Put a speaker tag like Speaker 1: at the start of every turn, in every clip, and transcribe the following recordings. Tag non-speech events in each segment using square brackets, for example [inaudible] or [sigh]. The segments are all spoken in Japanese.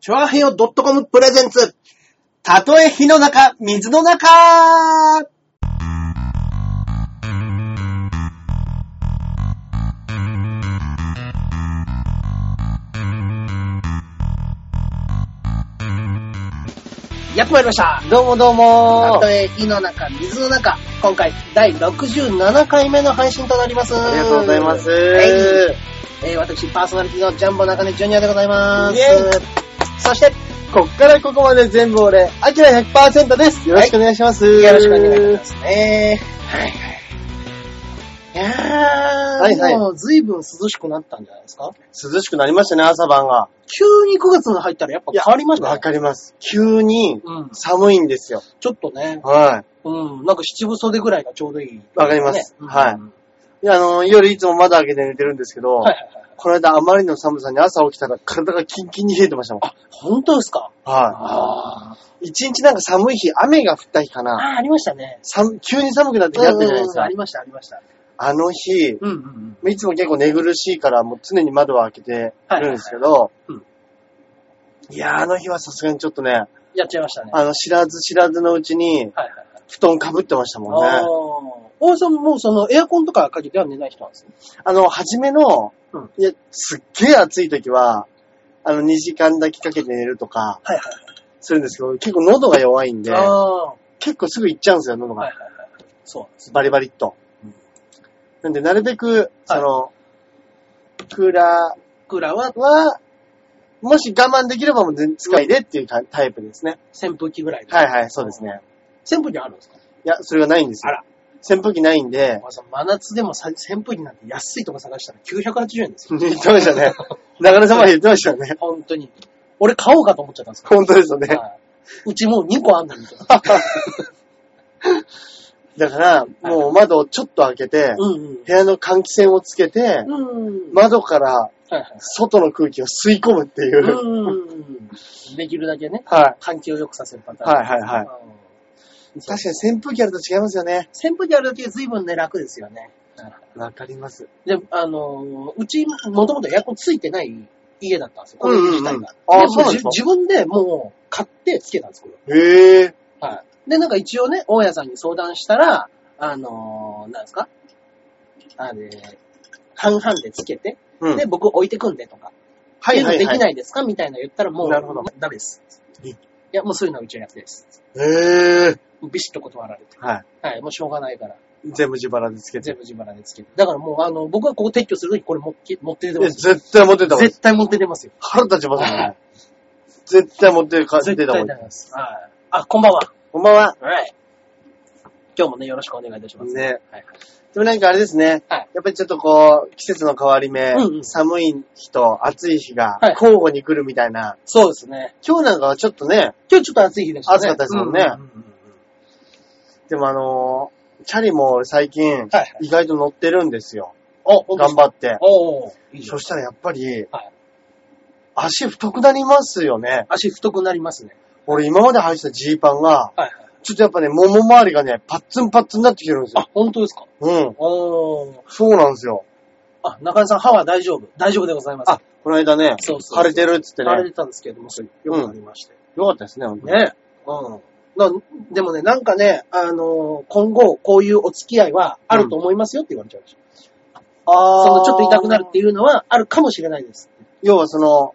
Speaker 1: チョアヘヨ .com プレゼンツ。たとえ火の中、水の中やってまいりました。
Speaker 2: どうもどう
Speaker 1: た
Speaker 2: も
Speaker 1: とえ火の中、水の中。今回、第67回目の配信となります。
Speaker 2: ありがとうございます。
Speaker 1: はいえー私、パーソナリティのジャンボ中根ジュニアでございます。
Speaker 2: イェ
Speaker 1: そして、
Speaker 2: こっからここまで全部俺、アキラ100%です。よろしくお願いします。
Speaker 1: よろしくお願いしますね。はいはい。
Speaker 2: はいい
Speaker 1: や
Speaker 2: は
Speaker 1: ー、
Speaker 2: い
Speaker 1: もう随分涼しくなったんじゃないですか
Speaker 2: す。涼しくなりましたね、朝晩が。
Speaker 1: 急に9月に入ったらやっぱ変わりました
Speaker 2: わ
Speaker 1: ね。
Speaker 2: かります。急に
Speaker 1: うん。
Speaker 2: 寒いんですよ。
Speaker 1: ちょっとね、
Speaker 2: は
Speaker 1: うん、なんか七分袖ぐらいがちょうどいい、
Speaker 2: わかります
Speaker 1: ね
Speaker 2: はい
Speaker 1: うん
Speaker 2: い。であの、夜いつも窓開けて寝てるんですけど、
Speaker 1: はいはいはい。
Speaker 2: この間あまりの寒さに朝起きたら体がキンキンに冷えてましたもん。
Speaker 1: 本当ですか
Speaker 2: は
Speaker 1: あー
Speaker 2: い。一日なんか寒い日、雨が降った日かな。
Speaker 1: あー、ありましたね。
Speaker 2: 寒急に寒くなってきたってじゃないです
Speaker 1: うんうんうん
Speaker 2: か
Speaker 1: あ。りました、ありました。
Speaker 2: あの日、
Speaker 1: うんうんうん。
Speaker 2: いつも結構寝苦しいから、もう常に窓を開けてるんですけど
Speaker 1: いはいはい、
Speaker 2: いやー、あの日はさすがにちょっとね、
Speaker 1: やっちゃいましたね。はい
Speaker 2: あの、知らず知らずのうちに、
Speaker 1: はいはい。
Speaker 2: 布団かぶってましたもん
Speaker 1: あ
Speaker 2: ね。
Speaker 1: ー大江さんもそのエアコンとかかけては寝ない人なんですね。
Speaker 2: あの、初めの
Speaker 1: うん、
Speaker 2: いや、すっげえ暑い時は、あの、2時間だけかけて寝るとか
Speaker 1: はいは、
Speaker 2: するんですけど、結構喉が弱いんで、
Speaker 1: ああー。
Speaker 2: 結構すぐ行っちゃうんですよ、喉
Speaker 1: はいはい
Speaker 2: が。
Speaker 1: はい。そうなんですね。
Speaker 2: バリバリっと
Speaker 1: うん。
Speaker 2: なんで、なるべく、その、クーラー、
Speaker 1: クーラーは
Speaker 2: は、もし我慢できればもう全使いでっていうタタイプですね。
Speaker 1: 扇風機ぐらいで。
Speaker 2: はいはい、そうですね。
Speaker 1: 扇風機あるんですか
Speaker 2: いや、それがないんですよ。
Speaker 1: あら
Speaker 2: 扇風機ないん
Speaker 1: [laughs]
Speaker 2: で、
Speaker 1: まあその真夏でもさ扇風機なんて安いとこ探したら980円ですよ。
Speaker 2: 言ってましたね。中根様言ってました
Speaker 1: [laughs]
Speaker 2: ね。
Speaker 1: 本当に。俺買おうかと思っちゃったんですか
Speaker 2: 本当ですよね。
Speaker 1: ら。はいうちもう2個あんのにと。う
Speaker 2: だから、もう窓をちょっと開けて、
Speaker 1: んうん。
Speaker 2: 部屋の換気扇をつけて、
Speaker 1: うん。
Speaker 2: 窓から
Speaker 1: はいはい。
Speaker 2: 外の空気を吸い込むっていう。
Speaker 1: うん。できるだけね、
Speaker 2: はい。
Speaker 1: 環境を良くさせるパターン。
Speaker 2: はいはいはい。
Speaker 1: うん
Speaker 2: 確かに扇風機あると違いますよね。
Speaker 1: 扇風機あるだけ随分ね、楽ですよね。
Speaker 2: わかります。
Speaker 1: で、あのー、うち、もともとエアコンついてない家だったんですよ。この家自体が。
Speaker 2: うんうんうんあーそうなん
Speaker 1: で
Speaker 2: です
Speaker 1: 自
Speaker 2: か
Speaker 1: 自分でもう買ってつけたんです、これ。
Speaker 2: へえ。
Speaker 1: はい。で、なんか一応ね、大家さんに相談したら、あのー、なんですかあれ、半々でつけて、
Speaker 2: うん。
Speaker 1: で、僕置いてくんでとか、
Speaker 2: は
Speaker 1: っていうのできないですかみたいな言ったらもう、
Speaker 2: なるほど
Speaker 1: ダメです。
Speaker 2: え
Speaker 1: いや、もうそういうのはうちのやつです。
Speaker 2: へえ。
Speaker 1: ビシッと断られて。
Speaker 2: はい。
Speaker 1: はい、もうしょうがないから、
Speaker 2: 全部自腹でつけて。
Speaker 1: 全部自腹でつけて。だからもう、あの、僕はここ撤去するときこれ持って、持って出て
Speaker 2: いや
Speaker 1: ます。
Speaker 2: 絶対持ってたもん。
Speaker 1: 絶対持って出ますよ。
Speaker 2: 腹立ちます
Speaker 1: は
Speaker 2: ね。絶対持って帰って
Speaker 1: 絶対
Speaker 2: たもん
Speaker 1: 出。ます。はい。あ、こんばんは。
Speaker 2: こんばんは。
Speaker 1: はい。今日もね、よろしくお願いいたします。
Speaker 2: ね。
Speaker 1: はい
Speaker 2: でもなんかあれですね。
Speaker 1: はい
Speaker 2: やっぱりちょっとこう、季節の変わり目、
Speaker 1: うんうん
Speaker 2: 寒い日と暑い日が
Speaker 1: はい
Speaker 2: 交互に来るみたいな。
Speaker 1: そうですね。
Speaker 2: 今日なんかはちょっとね、
Speaker 1: 今日ちょっと暑い日でしたね。
Speaker 2: 暑かったですもんね
Speaker 1: うううん
Speaker 2: でもあのーチャリも最近
Speaker 1: はいはい、
Speaker 2: 意外と乗ってるんですよ。
Speaker 1: お、ほん
Speaker 2: 頑張って。
Speaker 1: おーいいじゃ
Speaker 2: そ
Speaker 1: ん
Speaker 2: したらやっぱり、
Speaker 1: はい
Speaker 2: 足太くなりますよね。
Speaker 1: 足太くなりますね。
Speaker 2: 俺今まで履いてたジーパンが、
Speaker 1: はいはい。
Speaker 2: ちょっとやっぱね、もも周りがね、パッツンパッツンになってきてるんですよ
Speaker 1: あ。、本当ですか
Speaker 2: うん。
Speaker 1: おー。
Speaker 2: そうなんですよ。
Speaker 1: あ、中根さん、歯は大丈夫。大丈夫でございます。
Speaker 2: あ、この間ね、
Speaker 1: そうそうそう
Speaker 2: 枯れてるっつって
Speaker 1: 慣れ
Speaker 2: ね。
Speaker 1: てたんですけれども、それよくなりまして。
Speaker 2: よかったですね、本当に。
Speaker 1: ね。うん。なでもね、なんかね、あのー今後、こういうお付き合いはあると思いますよって言われちゃいました。
Speaker 2: あ
Speaker 1: その、ちょっと痛くなるっていうのはあるかもしれないです。
Speaker 2: 要はその、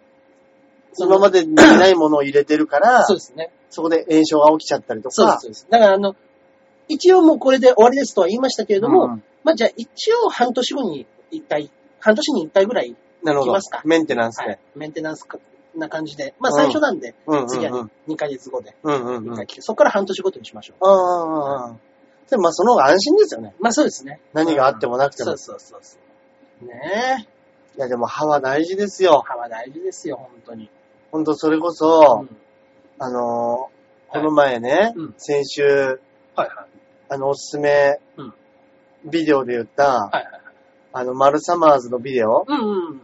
Speaker 1: その
Speaker 2: 今までにないものを入れてるから、
Speaker 1: そう
Speaker 2: そ
Speaker 1: ですね。
Speaker 2: こで炎症が起きちゃったりとか。
Speaker 1: そうです、そうです。だから、あの、一応もうこれで終わりですとは言いましたけれども、
Speaker 2: うん
Speaker 1: まあじゃあ一応半年後に一回、半年に一回ぐらい、
Speaker 2: なるほ
Speaker 1: いき
Speaker 2: ど
Speaker 1: ますか。
Speaker 2: メンテナンス
Speaker 1: は
Speaker 2: で
Speaker 1: い。、メンテナンスかな感じで、まあ
Speaker 2: うん
Speaker 1: 最初なんで、
Speaker 2: うんうん
Speaker 1: 次は
Speaker 2: うん。
Speaker 1: 2ヶ月後で
Speaker 2: うんうん
Speaker 1: 一
Speaker 2: うん。あ
Speaker 1: 回来て、そこから半年ごとにしましょ
Speaker 2: あ
Speaker 1: う。
Speaker 2: ああああ。でもまあその方が安心ですよね。
Speaker 1: まあそうですね。
Speaker 2: 何があってもなくても。
Speaker 1: そうそうそうそう。ねえ、
Speaker 2: いやでも歯は大事ですよ。
Speaker 1: 歯は大事ですよ、本当に。
Speaker 2: ほんとそれこ
Speaker 1: うん
Speaker 2: そ、あのーこの前ね、
Speaker 1: うん
Speaker 2: 先週、
Speaker 1: はいはい。
Speaker 2: あのおすすめ
Speaker 1: うん
Speaker 2: ビデオで言った、
Speaker 1: はいはい。
Speaker 2: あのマルサマーズのビデオ。
Speaker 1: うんうん。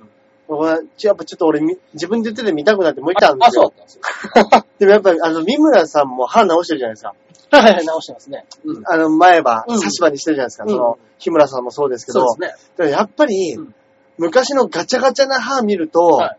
Speaker 2: 僕はちやっぱちょっと俺み、自分で言ってて見たくなってもう一回あるんで
Speaker 1: あ、
Speaker 2: す
Speaker 1: そうだっ
Speaker 2: よ。
Speaker 1: たんですよ。
Speaker 2: でもやっぱり、あの、三村さんも歯直してるじゃないですか。
Speaker 1: はいはい、直してますね。うん。
Speaker 2: あの、前歯、
Speaker 1: うん
Speaker 2: 差し歯にしてるじゃないですか。
Speaker 1: うん
Speaker 2: その、日村さんもそうですけ
Speaker 1: そ
Speaker 2: ど。
Speaker 1: うですね。
Speaker 2: でもやっぱり、
Speaker 1: うん
Speaker 2: 昔のガチャガチャな歯見ると、
Speaker 1: はい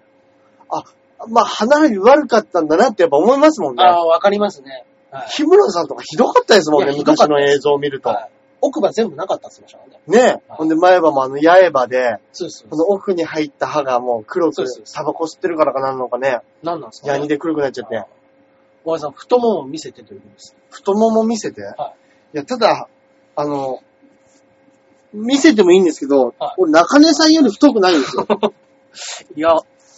Speaker 2: あ、まあ、歯並び悪かったんだなってやっぱ思いますもんね。
Speaker 1: ああ、わかりますね。はい。
Speaker 2: 日村さんとかひどかったですもん
Speaker 1: い
Speaker 2: ね、
Speaker 1: やひどか
Speaker 2: 昔
Speaker 1: った
Speaker 2: の映像を見ると。
Speaker 1: はい奥歯全部なかったっすね、しょうがね。
Speaker 2: ねえ、ほんで前歯もあの八重歯で、
Speaker 1: そうです。
Speaker 2: この奥に入った歯がもう黒
Speaker 1: そ
Speaker 2: く
Speaker 1: うです、
Speaker 2: タバコ吸ってるからかなんのかね、
Speaker 1: 何なんですか
Speaker 2: ヤニで黒くなっちゃっ
Speaker 1: あ
Speaker 2: て
Speaker 1: ー。大家さん、太ももを見せてということです。
Speaker 2: 太もも見せて、、
Speaker 1: はい
Speaker 2: や、ただ、あの、見せてもいいんですけど、
Speaker 1: はい
Speaker 2: 俺中根さんより太くないんですよ。 [laughs]
Speaker 1: いや、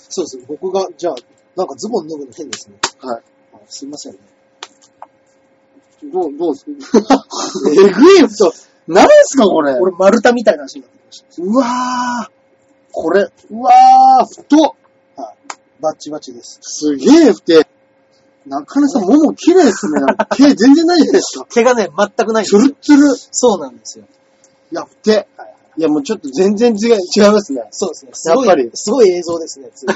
Speaker 3: そうですね。僕が、じゃあ、なんかズボン脱ぐの変ですね。
Speaker 2: はい。
Speaker 3: あすいませんね。
Speaker 2: どう、どうす [laughs] えぐいよ、そう。何すか、これ。
Speaker 3: 俺、丸太みたいな足になってきました。
Speaker 2: うわー。これ、うわー、太っ。
Speaker 3: バッチバチです。
Speaker 2: すげえ太え。中根さん、もも綺麗ですね。毛全然ないじゃないですか。
Speaker 3: 毛がね、全くないんで
Speaker 2: ツ
Speaker 3: すよ
Speaker 2: ルッツル。
Speaker 3: そうなんですよ。
Speaker 2: いや、太え。いや、もうちょっと全然違い、違いますね。
Speaker 3: そうですね。すごい、
Speaker 2: やっぱり
Speaker 3: すごい映像ですね。つい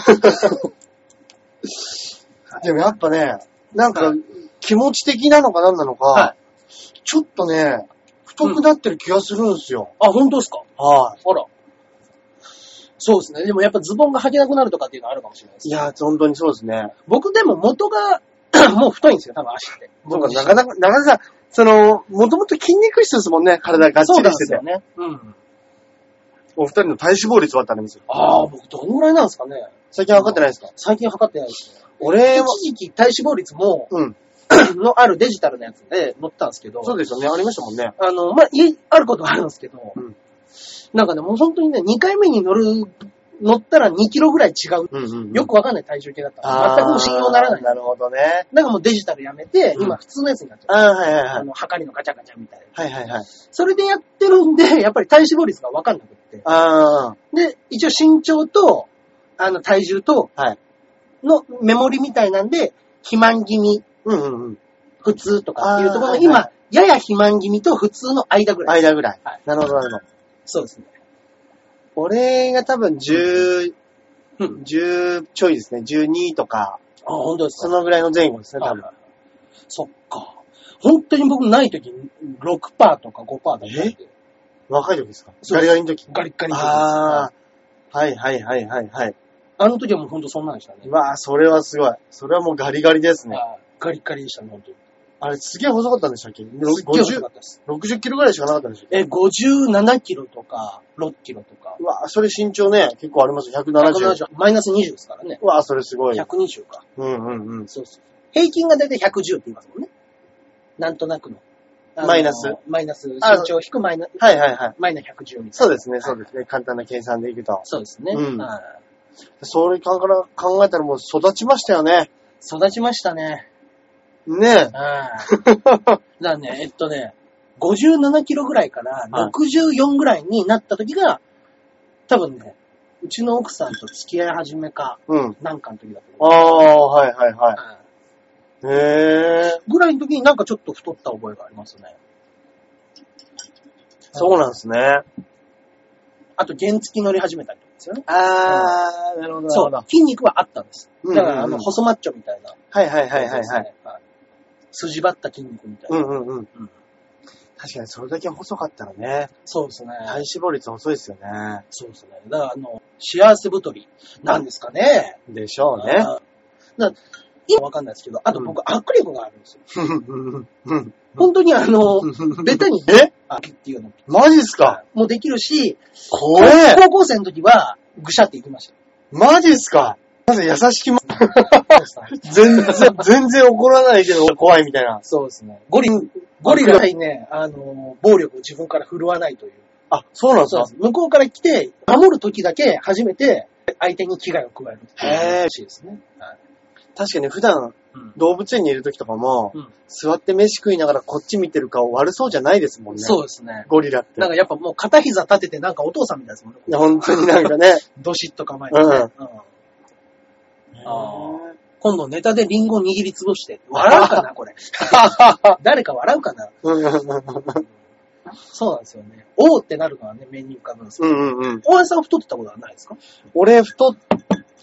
Speaker 2: でもやっぱね、なんか
Speaker 1: は、
Speaker 2: 気持ち的なのか何なのか、
Speaker 1: は
Speaker 2: ちょっとね、太くなってる気がするんですよ。
Speaker 1: あ、本当ですか
Speaker 2: は
Speaker 1: あら。そうですね。でもやっぱズボンが履けなくなるとかっていうのはあるかもしれないで
Speaker 2: い。
Speaker 1: す。
Speaker 2: いや、本当にそうですね。
Speaker 1: 僕でも元が、 [coughs] もう太いんですよ、多分足って。
Speaker 2: そう
Speaker 1: 僕
Speaker 2: か、
Speaker 1: 自
Speaker 2: なか
Speaker 1: 身
Speaker 2: なか、なかなか、その、もともと筋肉質ですもんね、体がっ
Speaker 1: そ
Speaker 2: ち
Speaker 1: うなん
Speaker 2: りして
Speaker 1: です
Speaker 2: て。
Speaker 1: よね。うん。
Speaker 2: お二人の体脂肪率はあったんですよ。
Speaker 1: ああ、僕どのぐらいなんですかね。
Speaker 2: 最近測ってないですか
Speaker 1: 最近測ってないですね。
Speaker 2: 俺
Speaker 1: 一
Speaker 2: は、
Speaker 1: 時期体脂肪率も、
Speaker 2: [coughs] うん。
Speaker 1: のあるデジタルのやつで乗ったんですけど、
Speaker 2: そうですよね、ありましたもんね。
Speaker 1: あの、まあ、いあることはあるんですけど、
Speaker 2: うん
Speaker 1: なんかね、もう本当にね、2回目に乗る、乗ったら2キロぐらい違う。
Speaker 2: うんうんうん
Speaker 1: よくわかんない体重計だった
Speaker 2: あー
Speaker 1: ら、全くもう信用ならない。だ
Speaker 2: なるほどね。
Speaker 1: からもうデジタルやめて、
Speaker 2: うん
Speaker 1: 今普通のやつになっちゃう。
Speaker 2: あーはいはいは
Speaker 1: あ
Speaker 2: い。
Speaker 1: の、測りのガチャガチャみたいな。
Speaker 2: はいはいはい。
Speaker 1: それでやってるんで、 [laughs] やっぱり体脂肪率がわかんなくって。
Speaker 2: あ
Speaker 1: で、一応身長と、あの、体重と、
Speaker 2: はい
Speaker 1: のメモリみたいなんで、肥満気
Speaker 2: ー。
Speaker 1: 味、
Speaker 2: うんうんうん。
Speaker 1: 普通とかっていうところ
Speaker 2: あーは
Speaker 1: の、
Speaker 2: いはい
Speaker 1: 今、やや肥満気味と普通の間ぐらい。
Speaker 2: 間ぐらい。
Speaker 1: はい
Speaker 2: なるほどなるほど。
Speaker 1: そうですね。
Speaker 2: 俺が多分10、
Speaker 1: うん
Speaker 2: 10ちょいですね。12とか、
Speaker 1: あ、本当です
Speaker 2: そ
Speaker 1: か
Speaker 2: のぐらいの前後ですね、多分。
Speaker 1: はいそっか。本当に僕ない時に6%とか5%だったんで、
Speaker 2: 若い時ですか
Speaker 1: そう
Speaker 2: ガリガリの時。
Speaker 1: ガリッガリの時です
Speaker 2: ああ、はいはいはいはいはい。
Speaker 1: あの時はもう本当そんなんでしたね。
Speaker 2: まあ、それはすごい。それはもうガリガリですね。
Speaker 1: はいガリッガリでしたね、本当に。
Speaker 2: あれ、すげえ細かったんでしたっけ
Speaker 1: すっげえ細か
Speaker 2: ?50
Speaker 1: っ、たです。
Speaker 2: 60キロぐらいしかなかったんでしたっけ
Speaker 1: え、57キロとか、6キロとか、
Speaker 2: うわ、それ身長ね、結構ありますよ。170。
Speaker 1: 170、マイナス20ですからね。
Speaker 2: うわ、それすごい。
Speaker 1: 120か。
Speaker 2: うんうんうん。
Speaker 1: そうそう。平均がだいたい110って言いますもんね。なんとなくの。あの
Speaker 2: マイナス。
Speaker 1: マイナス。身
Speaker 2: あ
Speaker 1: 長引くマイナ、
Speaker 2: はいはいはい。
Speaker 1: マイナ110みたいな。
Speaker 2: そうですね、そうですね。簡単な計算でいくと。
Speaker 1: そうですね。
Speaker 2: うん
Speaker 1: はい
Speaker 2: それから考えたらもう育ちましたよね。
Speaker 1: 育ちましたね。
Speaker 2: ねえ。
Speaker 1: う
Speaker 2: [laughs]
Speaker 1: ん。だからね、えっとね、57キロぐらいから
Speaker 2: はい
Speaker 1: 64ぐらいになった時が、多分ね、うちの奥さんと付き合い始めか、
Speaker 2: うん。
Speaker 1: なんかの時だと
Speaker 2: あ
Speaker 1: 思う。
Speaker 2: あ、はいはいはい。
Speaker 1: うん
Speaker 2: へえ、
Speaker 1: ぐらいの時になんかちょっと太った覚えがありますね。
Speaker 2: そうなんですね。
Speaker 1: あと、原付き乗り始めたりとかですよね。
Speaker 2: あー、なるほど
Speaker 1: そう。筋肉はあったんです。
Speaker 2: うんうんうん
Speaker 1: だから、あの、細マッチョみたいな。
Speaker 2: はいはいはいはい
Speaker 1: そう
Speaker 2: はい。
Speaker 1: ですねはい。筋張った筋肉みたいうな。
Speaker 2: んうんうん。
Speaker 1: うん
Speaker 2: 確かにそれだけ細かったらね、
Speaker 1: そうですね。
Speaker 2: 体脂肪率遅いですよね。
Speaker 1: そうですね。だから、あの、幸せ太りなんですかね。
Speaker 2: でしょうね。
Speaker 1: あーだ今わかんないですけど、あと僕、握力があるんですよ。本当にあの、ベタに、
Speaker 2: [laughs] え
Speaker 1: あきっていうの
Speaker 2: マジっすか
Speaker 1: もできるし、
Speaker 2: 怖え
Speaker 1: 高校生の時は、ぐしゃっていきまし
Speaker 2: マジっすかまず優しきま、
Speaker 1: た。
Speaker 2: 全然、 [laughs] 全然怒らないけど怖いみたいな。
Speaker 1: そうですね。ゴリ、ゴリラにね、あの、暴力を自分から振るわないという。
Speaker 2: あ、そうなんです
Speaker 1: そう
Speaker 2: か
Speaker 1: です。向こうから来て、守る時だけ初めて、相手に危害を加える。
Speaker 2: へー
Speaker 1: らしいですね。はい
Speaker 2: 確かに普段
Speaker 1: うん
Speaker 2: 動物園にいる時とかも、
Speaker 1: うん
Speaker 2: 座って飯食いながらこっち見てる顔悪そうじゃないですもんね。
Speaker 1: そうですね。
Speaker 2: ゴリラって。
Speaker 1: なんかやっぱもう片膝立ててなんかお父さんみたいですもんね。
Speaker 2: いや本当になんかね。
Speaker 1: どしっと構えてね。
Speaker 2: うん
Speaker 1: うん [laughs] あ今度ネタでリンゴを握りつぶして。笑うかな、
Speaker 2: [laughs]
Speaker 1: これ。誰か笑うかな。
Speaker 2: うんうん
Speaker 1: そうなんですよね。おうってなるのはね、目に浮かぶんですけど。
Speaker 2: うんうん。
Speaker 1: 大橋さん太ってたことはないですか
Speaker 2: 俺、太っ、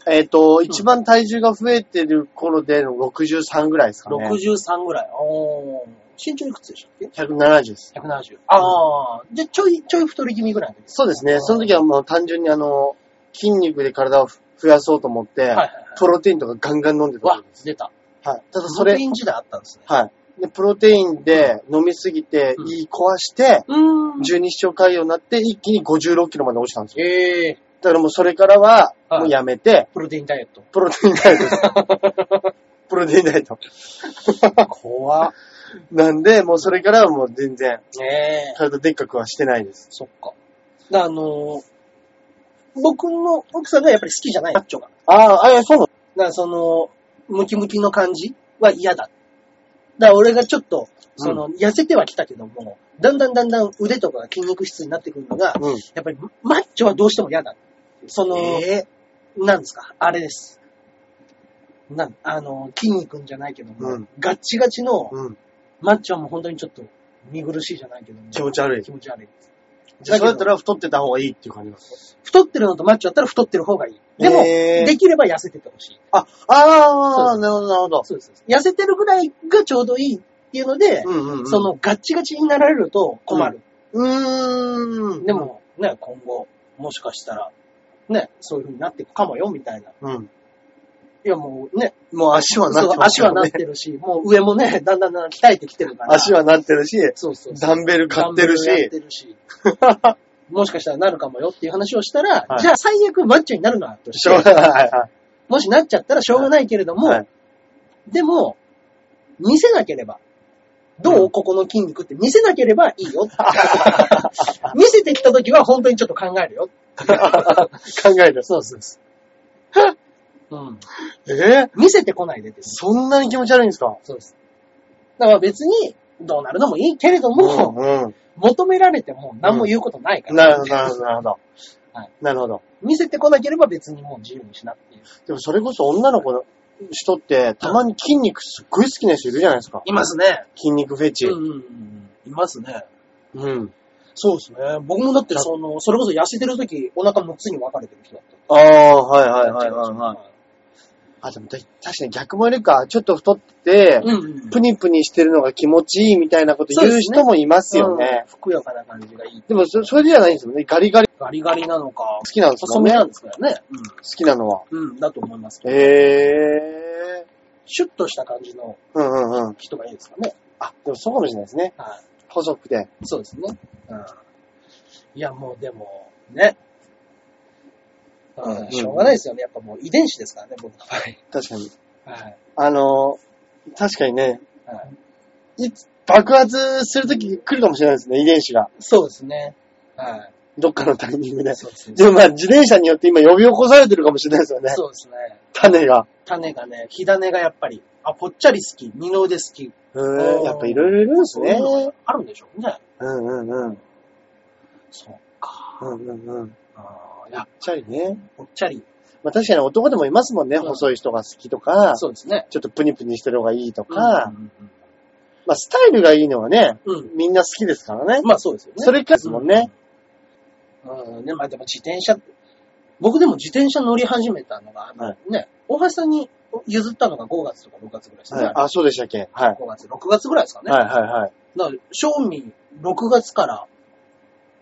Speaker 2: えっ、と、一番体重が増えてる頃での63ぐらいですかね。
Speaker 1: ?63 ぐらい。おー身長いくつでしたっけ
Speaker 2: 170です。
Speaker 1: 170。ああ、じゃあちょい、ちょい太り気味ぐらいの時
Speaker 2: そうですね。その時はもう単純にあの、筋肉で体を増やそうと思って、
Speaker 1: はいはい
Speaker 2: プロテインとかガンガン飲んでた
Speaker 1: わ
Speaker 2: んで、す。
Speaker 1: 出た。
Speaker 2: はい。ただそ
Speaker 1: そ
Speaker 2: れ
Speaker 1: れ。プロテ、イン時代あったんですね。
Speaker 2: はい。で、プロテインで飲みすぎて、
Speaker 1: うん
Speaker 2: 胃壊して、
Speaker 1: うーん
Speaker 2: 十二指腸潰瘍になって、一気に56キロまで落ちたんですよ。
Speaker 1: ええ
Speaker 2: だからもうそれからは、
Speaker 1: はい
Speaker 2: もうやめて、
Speaker 1: プロテインダイエット。
Speaker 2: プロテインダイエットです。
Speaker 1: [laughs]
Speaker 2: プロテインダイエット。
Speaker 1: 怖っ。
Speaker 2: なんで、もうそれからはもう全然、
Speaker 1: ねえ。
Speaker 2: 体でっかくはしてないです。
Speaker 1: そっか。だあのー僕の奥さんがやっぱり好きじゃない、マッチョが。だか
Speaker 2: ああ、ああ、そうなの
Speaker 1: らその、ムキムキの感じは嫌だ。だから俺がちょっと、その、痩せてはきたけども、だんだんだんだん腕とかが筋肉質になってくるのが、
Speaker 2: うん。
Speaker 1: やっぱりマッチョはどうしても嫌だ。その、
Speaker 2: え
Speaker 1: なんですか、あれです。なん、あの、筋肉んじゃないけども、
Speaker 2: うん
Speaker 1: ガッチガチの、
Speaker 2: うん。
Speaker 1: マッチョはもう本当にちょっと、見苦しいじゃないけども、
Speaker 2: 気持ち悪い。
Speaker 1: 気持ち悪い。
Speaker 2: じゃあそうやったら太ってた方がいいっていう感じなんです
Speaker 1: 太ってるのとマッチョだったら太ってる方がいい。でも、
Speaker 2: へー
Speaker 1: できれば痩せててほしい。
Speaker 2: かあ、ああ、なるほど、なるほど。
Speaker 1: そうです。痩せてるぐらいがちょうどいいっていうので、
Speaker 2: うんうん、うん。
Speaker 1: そ、のガッチガチになられると困る。
Speaker 2: うーん。
Speaker 1: で、も、ね、今後、もしかしたら、ね、そういう風になっていくかもよ、みたいな。い
Speaker 2: うん。
Speaker 1: や、もうね、
Speaker 2: もう足はなって
Speaker 1: そう
Speaker 2: ます
Speaker 1: 足は
Speaker 2: よね
Speaker 1: なってるし、もう上もね、だんだんだんだん鍛えてきてるから。
Speaker 2: 足はなってるし、
Speaker 1: そうそうそう。
Speaker 2: ダンベル買ってる
Speaker 1: ダンベルや
Speaker 2: し
Speaker 1: っ、
Speaker 2: て
Speaker 1: るし
Speaker 2: [laughs]
Speaker 1: もしかしたらなるかもよっていう話をしたら、
Speaker 2: はい
Speaker 1: じゃあ最悪マッチョになるのはとし
Speaker 2: しょう
Speaker 1: て、
Speaker 2: がない。は
Speaker 1: もしなっちゃったらしょうがないけれど
Speaker 2: い
Speaker 1: も、
Speaker 2: はい
Speaker 1: でも、見せなければ。どう、
Speaker 2: うん
Speaker 1: ここの筋肉って見せなければいい [laughs] よ。見せてきたときは本当にちょっと考えるよ。
Speaker 2: 考える。
Speaker 1: そうそうそう。うん。
Speaker 2: えー
Speaker 1: 見せてこないでって。
Speaker 2: そんなに気持ち悪いんですか
Speaker 1: そうです。だから別に、どうなるのもいいけれども、
Speaker 2: うん。
Speaker 1: 求められても何も言うことないか
Speaker 2: うん。
Speaker 1: ら、
Speaker 2: なるほど、なるほど、なるほど
Speaker 1: はい。
Speaker 2: なるほど。
Speaker 1: 見せてこなければ別にもう自由にしなっていう。
Speaker 2: でもそれこそ女の子の人って、たまに筋肉すっごい好きな人いるじゃないですか。
Speaker 1: いますね。
Speaker 2: 筋肉フェチ。
Speaker 1: うんうんうん。いますね。
Speaker 2: うん。
Speaker 1: そうですね。僕もだってその、それこそ痩せてるときお腹6つに分かれてる人だった。
Speaker 2: ああ、はいはいはいはいはい。あ、でもた確かに逆もいるか。ちょっと太ってて、
Speaker 1: うんうん。
Speaker 2: プニプニしてるのが気持ちいいみたいなこと言う人もいますよね。
Speaker 1: うんふくよかな感じがいい。
Speaker 2: でもそ、それじゃないんですよね。ガリガリ
Speaker 1: ガリガリなのか、
Speaker 2: 好きなんです
Speaker 1: 細
Speaker 2: もん
Speaker 1: 身
Speaker 2: ね。
Speaker 1: な
Speaker 2: 好
Speaker 1: んですからね。
Speaker 2: きなのは。
Speaker 1: うん。うん、だと思いますけど。
Speaker 2: へえ。
Speaker 1: シュッとした感じの
Speaker 2: うんうんうん。
Speaker 1: 人がいいですかね。
Speaker 2: あ、でもそうかもしれないですね。
Speaker 1: は
Speaker 2: 細くて。
Speaker 1: い。そうですね。うん。いや、もうでも、ね。
Speaker 2: うん
Speaker 1: う
Speaker 2: うん
Speaker 1: ん、しょうがないですよね。やっぱもう遺伝子ですからね、僕の場
Speaker 2: 確かに。
Speaker 1: 合。はい。
Speaker 2: あのー、確かにね、
Speaker 1: はい。
Speaker 2: いつ爆発するとき来るかもしれないですね、遺伝子が。
Speaker 1: そうですね。はい。
Speaker 2: どっかのタイミングで。
Speaker 1: そうですね。
Speaker 2: でもまあ、自転車によって今呼び起こされてるかもしれないですよね。
Speaker 1: そうですね。
Speaker 2: 種が。
Speaker 1: 種がね、火種がやっぱり、あ、ぽっちゃり好き、二の腕好き、
Speaker 2: へーやっぱいろいろいるんですね。
Speaker 1: そういうのがあるんでしょうね。
Speaker 2: うんうんうん。
Speaker 1: そうか。
Speaker 2: うんうんうん。
Speaker 1: あーいや、
Speaker 2: チャリね。
Speaker 1: ぽっちゃり。
Speaker 2: まあ確かに男でもいますもんね。
Speaker 1: うん
Speaker 2: 細い人が好きとか、
Speaker 1: そうですね。
Speaker 2: ちょっとプニプニしてる方がいいとか、
Speaker 1: うん
Speaker 2: まあスタイルがいいのはね、
Speaker 1: うんうん、うん。
Speaker 2: みんな好きですからね。
Speaker 1: まあそうですよね。
Speaker 2: それかですもんね。
Speaker 1: うん。うん、ね、まあでも自転車、僕でも自転車乗り始めたのが、あの、
Speaker 2: はい
Speaker 1: ね、大橋さんに譲ったのが5月とか6月ぐらいですね。
Speaker 2: はい、あ、そうでしたっけはい。
Speaker 1: 5月、6月ぐらいですかね。
Speaker 2: はいはいはい。
Speaker 1: だから、正味6月から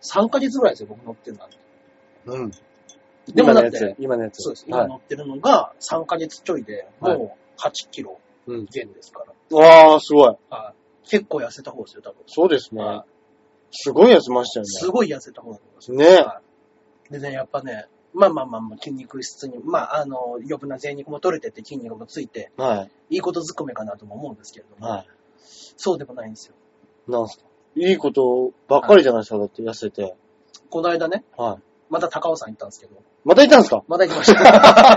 Speaker 1: 3ヶ月ぐらいですよ、僕乗ってるのは。
Speaker 2: うん。
Speaker 1: でも
Speaker 2: 今の
Speaker 1: だっ
Speaker 2: や
Speaker 1: て
Speaker 2: つ、今のやつ。
Speaker 1: そうです。
Speaker 2: は
Speaker 1: 今
Speaker 2: い。
Speaker 1: 乗ってるのが3ヶ月ちょいで、
Speaker 2: はい
Speaker 1: もう8キロ
Speaker 2: うん。
Speaker 1: 減ですから。
Speaker 2: わー、すごい。
Speaker 1: はい結構痩せた方ですよ、多分。
Speaker 2: そうですね。
Speaker 1: は
Speaker 2: すごいやつました
Speaker 1: いすごい痩せた方だと思います。
Speaker 2: よね。ね
Speaker 1: はいでね、やっぱね、まあまあまあまあ、筋肉質に、まあ、あの、余分な贅肉も取れてて筋肉もついて、
Speaker 2: はい
Speaker 1: いことずくめかなとも思うんですけれど。も、
Speaker 2: は
Speaker 1: そうでもないんですよ。
Speaker 2: い。なんすか。いいことばっかりじゃないですか、だって痩せて。
Speaker 1: この間ね、
Speaker 2: はい。
Speaker 1: また高尾山行ったんですけど、
Speaker 2: また行ったんですか
Speaker 1: また行きま
Speaker 2: [laughs]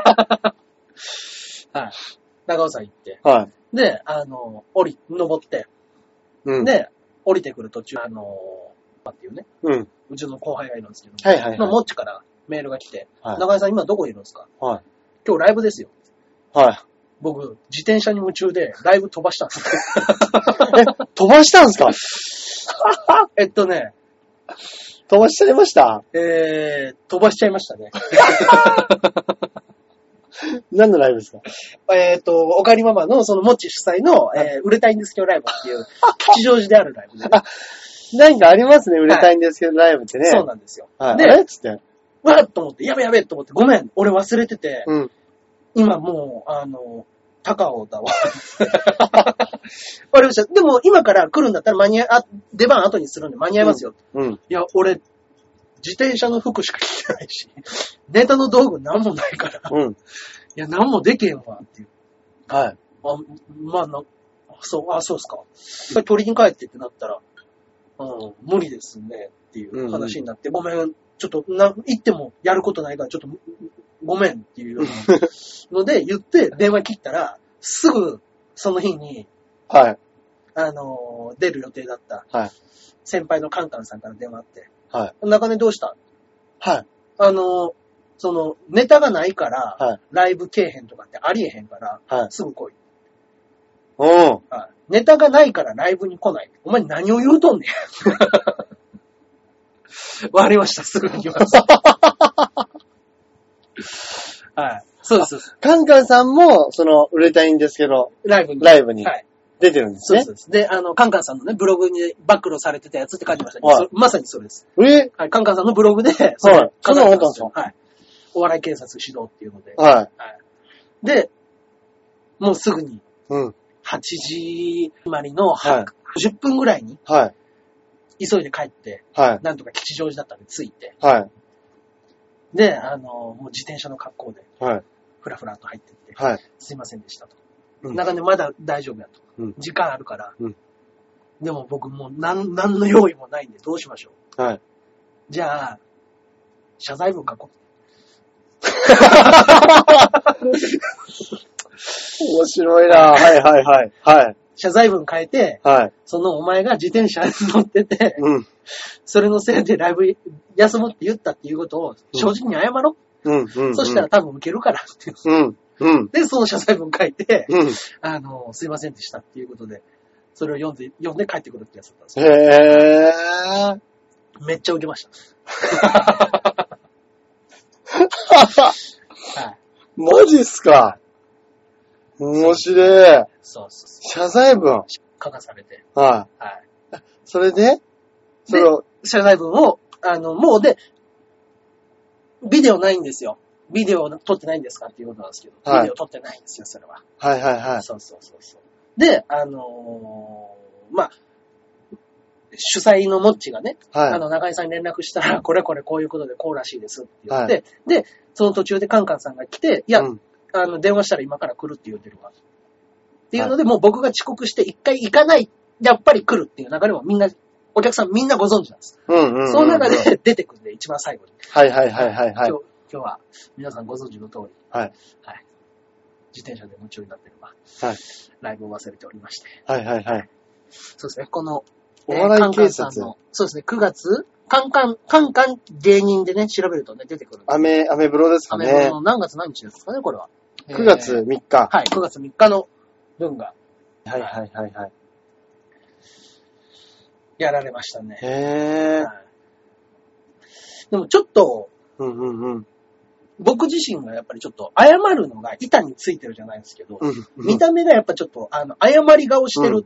Speaker 1: した。はい。高尾山行って、
Speaker 2: はい。
Speaker 1: で、あの、降り、登って、
Speaker 2: うん。。
Speaker 1: で、降りてくる途中、あの、パっていうね、
Speaker 2: うん。
Speaker 1: うちの後輩がいるんですけど、
Speaker 2: はいはい
Speaker 1: の
Speaker 2: は
Speaker 1: モ
Speaker 2: い。
Speaker 1: ッチからメールが来て、
Speaker 2: はい
Speaker 1: 中井さん今どこいるんですか
Speaker 2: はい。
Speaker 1: 今日ライブですよ。
Speaker 2: はい。
Speaker 1: 僕、自転車に夢中でライブ飛ばしたんです
Speaker 2: え、
Speaker 1: よ。
Speaker 2: 飛ばしたんですか
Speaker 1: [laughs] えっとね、
Speaker 2: [laughs] 飛ばしちゃいました
Speaker 1: えー、飛ばしちゃいましたね。
Speaker 2: 何のライブですか
Speaker 1: [laughs] えっと、おかえりママのそのモッチ主催の、えー、売れたいんですけどライブっていう、吉祥寺であるラ [laughs] イブでね、
Speaker 2: なんかありますね、売れたいんですけど、ライブってね。
Speaker 1: そうなんですよ。
Speaker 2: はい。
Speaker 1: で
Speaker 2: あれっつって。
Speaker 1: わーっと思って、やべやべと思って、ごめん、俺忘れてて、
Speaker 2: うん。
Speaker 1: 今もう、あの、高尾だわ。 [laughs] わかりました。でも、今から来るんだったら間に合い、あ、出番後にするんで間に合いますよ。
Speaker 2: うん。
Speaker 1: いや、俺、自転車の服しか着てないし、ネタの道具なんもないから、い
Speaker 2: うん。
Speaker 1: や、なんもでけへんわ、っていう。
Speaker 2: はい。
Speaker 1: あ、まあな、そう、あ、そうっすか。やっぱり取りに帰ってってなったら、うん、無理ですね、っていう話になって、ごめん、ちょっと、な、行ってもやることないから、ちょっと、ごめんっていうよう [laughs] なので、言って電話切ったら、すぐ、その日に、
Speaker 2: はい。
Speaker 1: あのー出る予定だった、
Speaker 2: はい
Speaker 1: 先輩のカンカンさんから電話あって、
Speaker 2: はい。
Speaker 1: 中根どうした
Speaker 2: はい。
Speaker 1: あのーその、ネタがないから、
Speaker 2: はい
Speaker 1: ライブけえへんとかってありえへんから、
Speaker 2: はい。
Speaker 1: すぐ来い。
Speaker 2: お
Speaker 1: はいネタがないからライブに来ない。お前何を言うと
Speaker 2: [laughs]
Speaker 1: んねん。わかりました。すぐ行き
Speaker 2: [laughs]
Speaker 1: ます。はい。そうですそうです。
Speaker 2: カンカンさんも、その、売れたいんですけど、
Speaker 1: ライブに。
Speaker 2: ライブに
Speaker 1: はい。
Speaker 2: 出てるんです
Speaker 1: そうで
Speaker 2: ね
Speaker 1: す。そうです。で、あの、カンカンさんのね、ブログに暴露されてたやつって書いてましたね。
Speaker 2: はい
Speaker 1: そまさにそうです。
Speaker 2: え
Speaker 1: はい。カンカンさんのブログで、はい。そ
Speaker 2: はい
Speaker 1: 書かれてま
Speaker 2: そん
Speaker 1: はい。お笑い警察指導っていうので。
Speaker 2: はい。
Speaker 1: で、もうすぐに、
Speaker 2: うん。
Speaker 1: 8時決まりの、
Speaker 2: はい
Speaker 1: 10分ぐらいに
Speaker 2: はい。
Speaker 1: 急いで帰って、
Speaker 2: はい。
Speaker 1: なんとか吉祥寺だったんで着いて、
Speaker 2: はい。
Speaker 1: で、あの、もう自転車の格好で、
Speaker 2: はい。
Speaker 1: ふらふらと入ってって、
Speaker 2: はい。
Speaker 1: すいませんでしたと。
Speaker 2: うん
Speaker 1: 中根まだ大丈夫やと。
Speaker 2: うん
Speaker 1: 時間あるから、
Speaker 2: うん
Speaker 1: でも僕もう何、何の用意もないんでどうしましょう。
Speaker 2: はい。
Speaker 1: じゃあ、謝罪文書こう。
Speaker 2: 面白い
Speaker 1: [laughs]
Speaker 2: なはいはいはい。はい。
Speaker 1: 謝罪文変えて、
Speaker 2: はい。
Speaker 1: そのお前が自転車に乗ってて、
Speaker 2: うん。
Speaker 1: それのせいでライブ休もうって言ったっていうことを正直に謝ろう。
Speaker 2: うん。うん。
Speaker 1: そしたら、多分受けるからっていう。
Speaker 2: うん。うん。
Speaker 1: で、その謝罪文書いて、
Speaker 2: うん。
Speaker 1: あの、すいませんでしたっていうことで、それを読んで、読んで帰ってくるってやつだったんですよ。
Speaker 2: へー。
Speaker 1: めっちゃ受けました。
Speaker 2: [laughs]
Speaker 1: はい。
Speaker 2: マジっすか面白い。
Speaker 1: そうそうそ
Speaker 2: 謝罪文。
Speaker 1: う。書かされて。
Speaker 2: は。
Speaker 1: はい
Speaker 2: それでそれを、
Speaker 1: い。謝罪文を、あの、もうで、ビデオないんですよ。ビデオ撮ってないんですかっていうことなんですけど、
Speaker 2: はい
Speaker 1: ビデオ撮ってないんですよ、それは。
Speaker 2: はいはいはい。
Speaker 1: そうそうそうそう。で、あのーまあ、主催のモッチがね、あ
Speaker 2: は
Speaker 1: の、中井さんに連絡したら、これこれこういうことでこうらしいですって言って、
Speaker 2: は
Speaker 1: で、その途中でカンカンさんが来て、い
Speaker 2: い。
Speaker 1: や、
Speaker 2: うん
Speaker 1: あの、電話したら今から来るって言ってるわ。っていうので、もう僕が遅刻して一回行かない、やっぱり来るっていう流れもみんな、お客さんみんなご存知なんです。
Speaker 2: うんうんうん。
Speaker 1: その中で [laughs] 出てくるんで、一番最後に。
Speaker 2: はいはいはいはいはい
Speaker 1: 今。日今日は皆さんご存知の通り、
Speaker 2: はい。
Speaker 1: はい、自転車で夢中になってるわ。
Speaker 2: はい。
Speaker 1: ライブを忘れておりまして。
Speaker 2: はいはいはい。
Speaker 1: そうですね、この、
Speaker 2: お笑い
Speaker 1: えーカンカン
Speaker 2: 警察
Speaker 1: さんのそうですね、9月、カンカン、カンカン芸人でね、調べるとね、出てくるんで。
Speaker 2: アメ、アメブロですか
Speaker 1: アメブロ
Speaker 2: ね。
Speaker 1: の何月何日ですかね、これは。
Speaker 2: 9月
Speaker 1: えー
Speaker 2: 3日。
Speaker 1: はい、9月3日の分が
Speaker 2: はいはいはいはい。
Speaker 1: やられましたね。
Speaker 2: へー。
Speaker 1: はいでもちょっと、
Speaker 2: うんうんうん。
Speaker 1: 僕自身がやっぱりちょっと謝るのが板についてるじゃないですけど、
Speaker 2: うんうん
Speaker 1: 見た目がやっぱちょっと、あの、謝り顔してる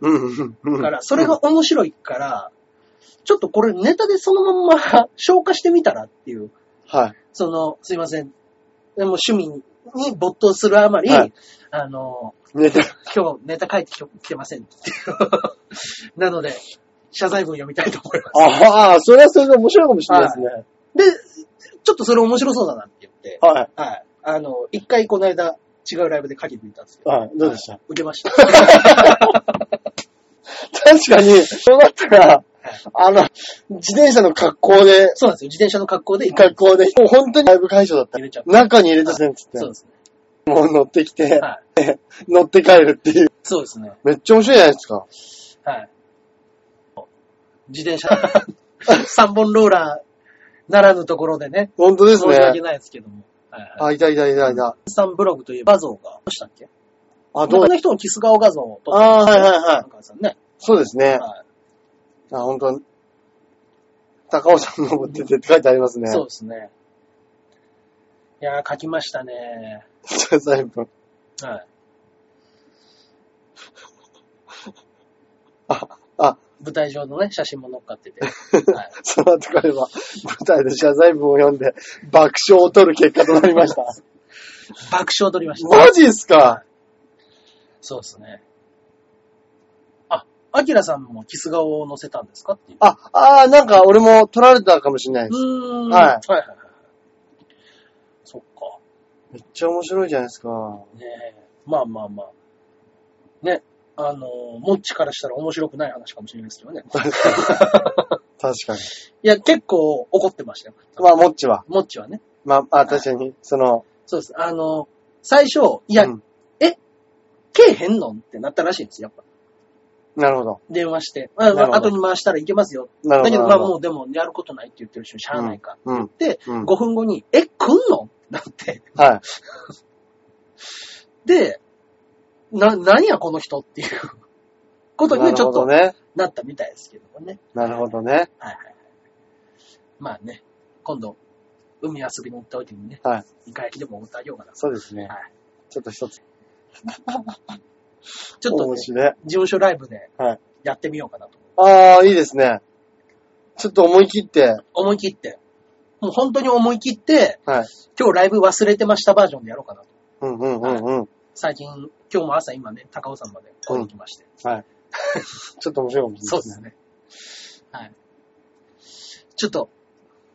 Speaker 2: うんうんうん。
Speaker 1: から、それが面白いから、ちょっとこれネタでそのまんま [laughs] 消化してみたらっていう
Speaker 2: はい。
Speaker 1: その、すいません。でも趣味に没頭するあまり、
Speaker 2: はい
Speaker 1: あの、
Speaker 2: ネタ。
Speaker 1: 今日ネタ書いてききてませんって [laughs] いう。なので、謝罪文読みたいと思います。
Speaker 2: ああ、それはそれで面白いかもしれないですね。
Speaker 1: で、ちょっとそれ面白そうだなって言って、
Speaker 2: はい。
Speaker 1: はい。あの、一回この間違うライブで書いてみたんですけど、
Speaker 2: はい。どうでした
Speaker 1: はい受け
Speaker 2: [laughs]
Speaker 1: ました。
Speaker 2: 確かに、そうなったら、あの、自転車の格好で、
Speaker 1: そうなんですよ。自転車の格好で一回
Speaker 2: 格好で、もう本当にライブ会場だった
Speaker 1: 入。れちゃった。
Speaker 2: 中に入れてせんっつって
Speaker 1: そう、ですね。
Speaker 2: もう乗ってきて、
Speaker 1: はい。
Speaker 2: 乗って帰るっていう。
Speaker 1: そうですね。
Speaker 2: めっちゃ面白いじゃないですか。
Speaker 1: はい。自転
Speaker 2: [laughs]
Speaker 1: 車、3本ローラーならぬところでね、
Speaker 2: 本当です
Speaker 1: 申し
Speaker 2: ね。
Speaker 1: 訳ないですけども。はいはい
Speaker 2: あ、いたいたいたいた。
Speaker 1: さんブログという画像が、どうしたっけ
Speaker 2: あ、ど
Speaker 1: 他
Speaker 2: う
Speaker 1: の人のキス顔画像を撮って
Speaker 2: あーはいはいはい
Speaker 1: 中川さんね。
Speaker 2: そうですね。
Speaker 1: は
Speaker 2: あ、本当高尾山登っててって書いてあります
Speaker 1: い
Speaker 2: ね。
Speaker 1: そうですね。いやー、書きましたね。
Speaker 2: 謝罪文。
Speaker 1: はい。
Speaker 2: [laughs] あ、あ、
Speaker 1: 舞台上のね、写真も載っかっ
Speaker 2: [laughs]
Speaker 1: てて。はい、
Speaker 2: そうなってくれば、舞台で謝罪文を読んで、爆笑を取る結果となりました。
Speaker 1: [laughs] 爆笑を取りました。
Speaker 2: マジっすか
Speaker 1: そうですね。あ、アキラさんもキス顔を載せたんですかっていう。
Speaker 2: あ、あー、なんか俺も取られたかもしれないです。
Speaker 1: うーん。
Speaker 2: はい
Speaker 1: はいはいはい。そっか。
Speaker 2: めっちゃ面白いじゃないですか。
Speaker 1: ねえ。まあまあまあ。ね。あの、モッチからしたら面白くない話かもしれないですけ
Speaker 2: [laughs]
Speaker 1: どね。
Speaker 2: 確かに。
Speaker 1: いや、結構怒ってましたよ。
Speaker 2: まあ、もっちは。
Speaker 1: モッチはね。
Speaker 2: まあ、あ確かに、その、
Speaker 1: そうです。あの、最初、いや、
Speaker 2: うん
Speaker 1: けえへんのってなったらしいんですよ。やっぱ
Speaker 2: なるほど。
Speaker 1: 電話して。あま
Speaker 2: なる
Speaker 1: あ、
Speaker 2: ほど
Speaker 1: 後に回したらいけますよ。
Speaker 2: なるほど。
Speaker 1: だけど、まあ
Speaker 2: なる
Speaker 1: も
Speaker 2: ほ
Speaker 1: うでも、やることないって言ってる人しゃあないか。
Speaker 2: どうん。
Speaker 1: で、
Speaker 2: うん
Speaker 1: 5分後に、え、来んのってなって。
Speaker 2: はい。
Speaker 1: で、な、何やこの人っていう [laughs] ことに
Speaker 2: な
Speaker 1: ね
Speaker 2: る
Speaker 1: ちょ
Speaker 2: ほ
Speaker 1: っと
Speaker 2: どね。
Speaker 1: なったみたいですけどもね。
Speaker 2: なるほどね。
Speaker 1: はいはいはい。まあね、今度、海遊びに行った時にね、
Speaker 2: はい。
Speaker 1: イカ焼きでもおごってあげようかな。
Speaker 2: そうですね
Speaker 1: はい。
Speaker 2: ちょっと一つ。
Speaker 1: ちょっと、ね、
Speaker 2: 面
Speaker 1: 事
Speaker 2: 白い。
Speaker 1: 務所ライブで
Speaker 2: はい
Speaker 1: やってみようかなと。
Speaker 2: ああ、いいですね。ちょっと思い切って、
Speaker 1: 思い切って、もう本当に思い切って、
Speaker 2: はい。
Speaker 1: 今日ライブ忘れてましたバージョンでやろうかなと。
Speaker 2: うんうんうんうん。
Speaker 1: 最近、今日も朝今ね、高尾山まで来てきまして。
Speaker 2: [laughs] ちょっと面白いかもしれ
Speaker 1: そ
Speaker 2: な
Speaker 1: う
Speaker 2: い
Speaker 1: で
Speaker 2: ですすね。
Speaker 1: ね。はい。ちょっと、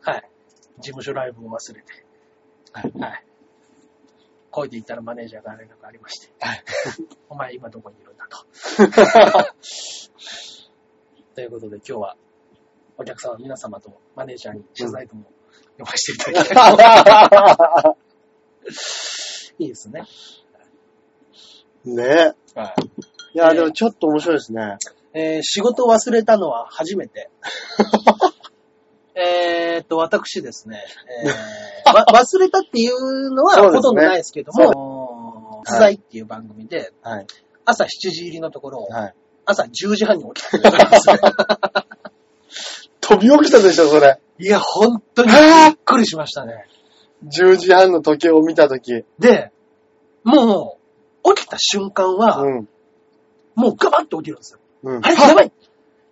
Speaker 1: はい。事務所ライブを忘れて。はい。はい。声で言ったらマネージャーが連絡ありまして。 [laughs] お前今どこにいるんだと。 [laughs] ということで今日は、お客様皆様とマネージャーに謝罪文を読ませていただきたい。いいですね。
Speaker 2: [laughs] ね
Speaker 1: はい
Speaker 2: や、でもちょっと面白いですね。
Speaker 1: い。えー仕事を忘れたのは初めて。えーっと、私ですね、え [laughs] ーわ忘れたっていうのは
Speaker 2: そうですね
Speaker 1: ほとんどないですけど
Speaker 2: そ
Speaker 1: も、
Speaker 2: う
Speaker 1: 取材っていう番組で、
Speaker 2: はい。
Speaker 1: 朝7時入りのところを、
Speaker 2: はい。
Speaker 1: 朝10時半に起きてくれたんですよ
Speaker 2: 飛び起きたでしょ、それ。
Speaker 1: [laughs] いや、本当にびっくりしましたね。
Speaker 2: 10時半の時計を見た時。
Speaker 1: で、もう、起きた瞬間は、
Speaker 2: うん。
Speaker 1: もうガバッと起きるんですよ。
Speaker 2: うん。
Speaker 1: あれ、やばい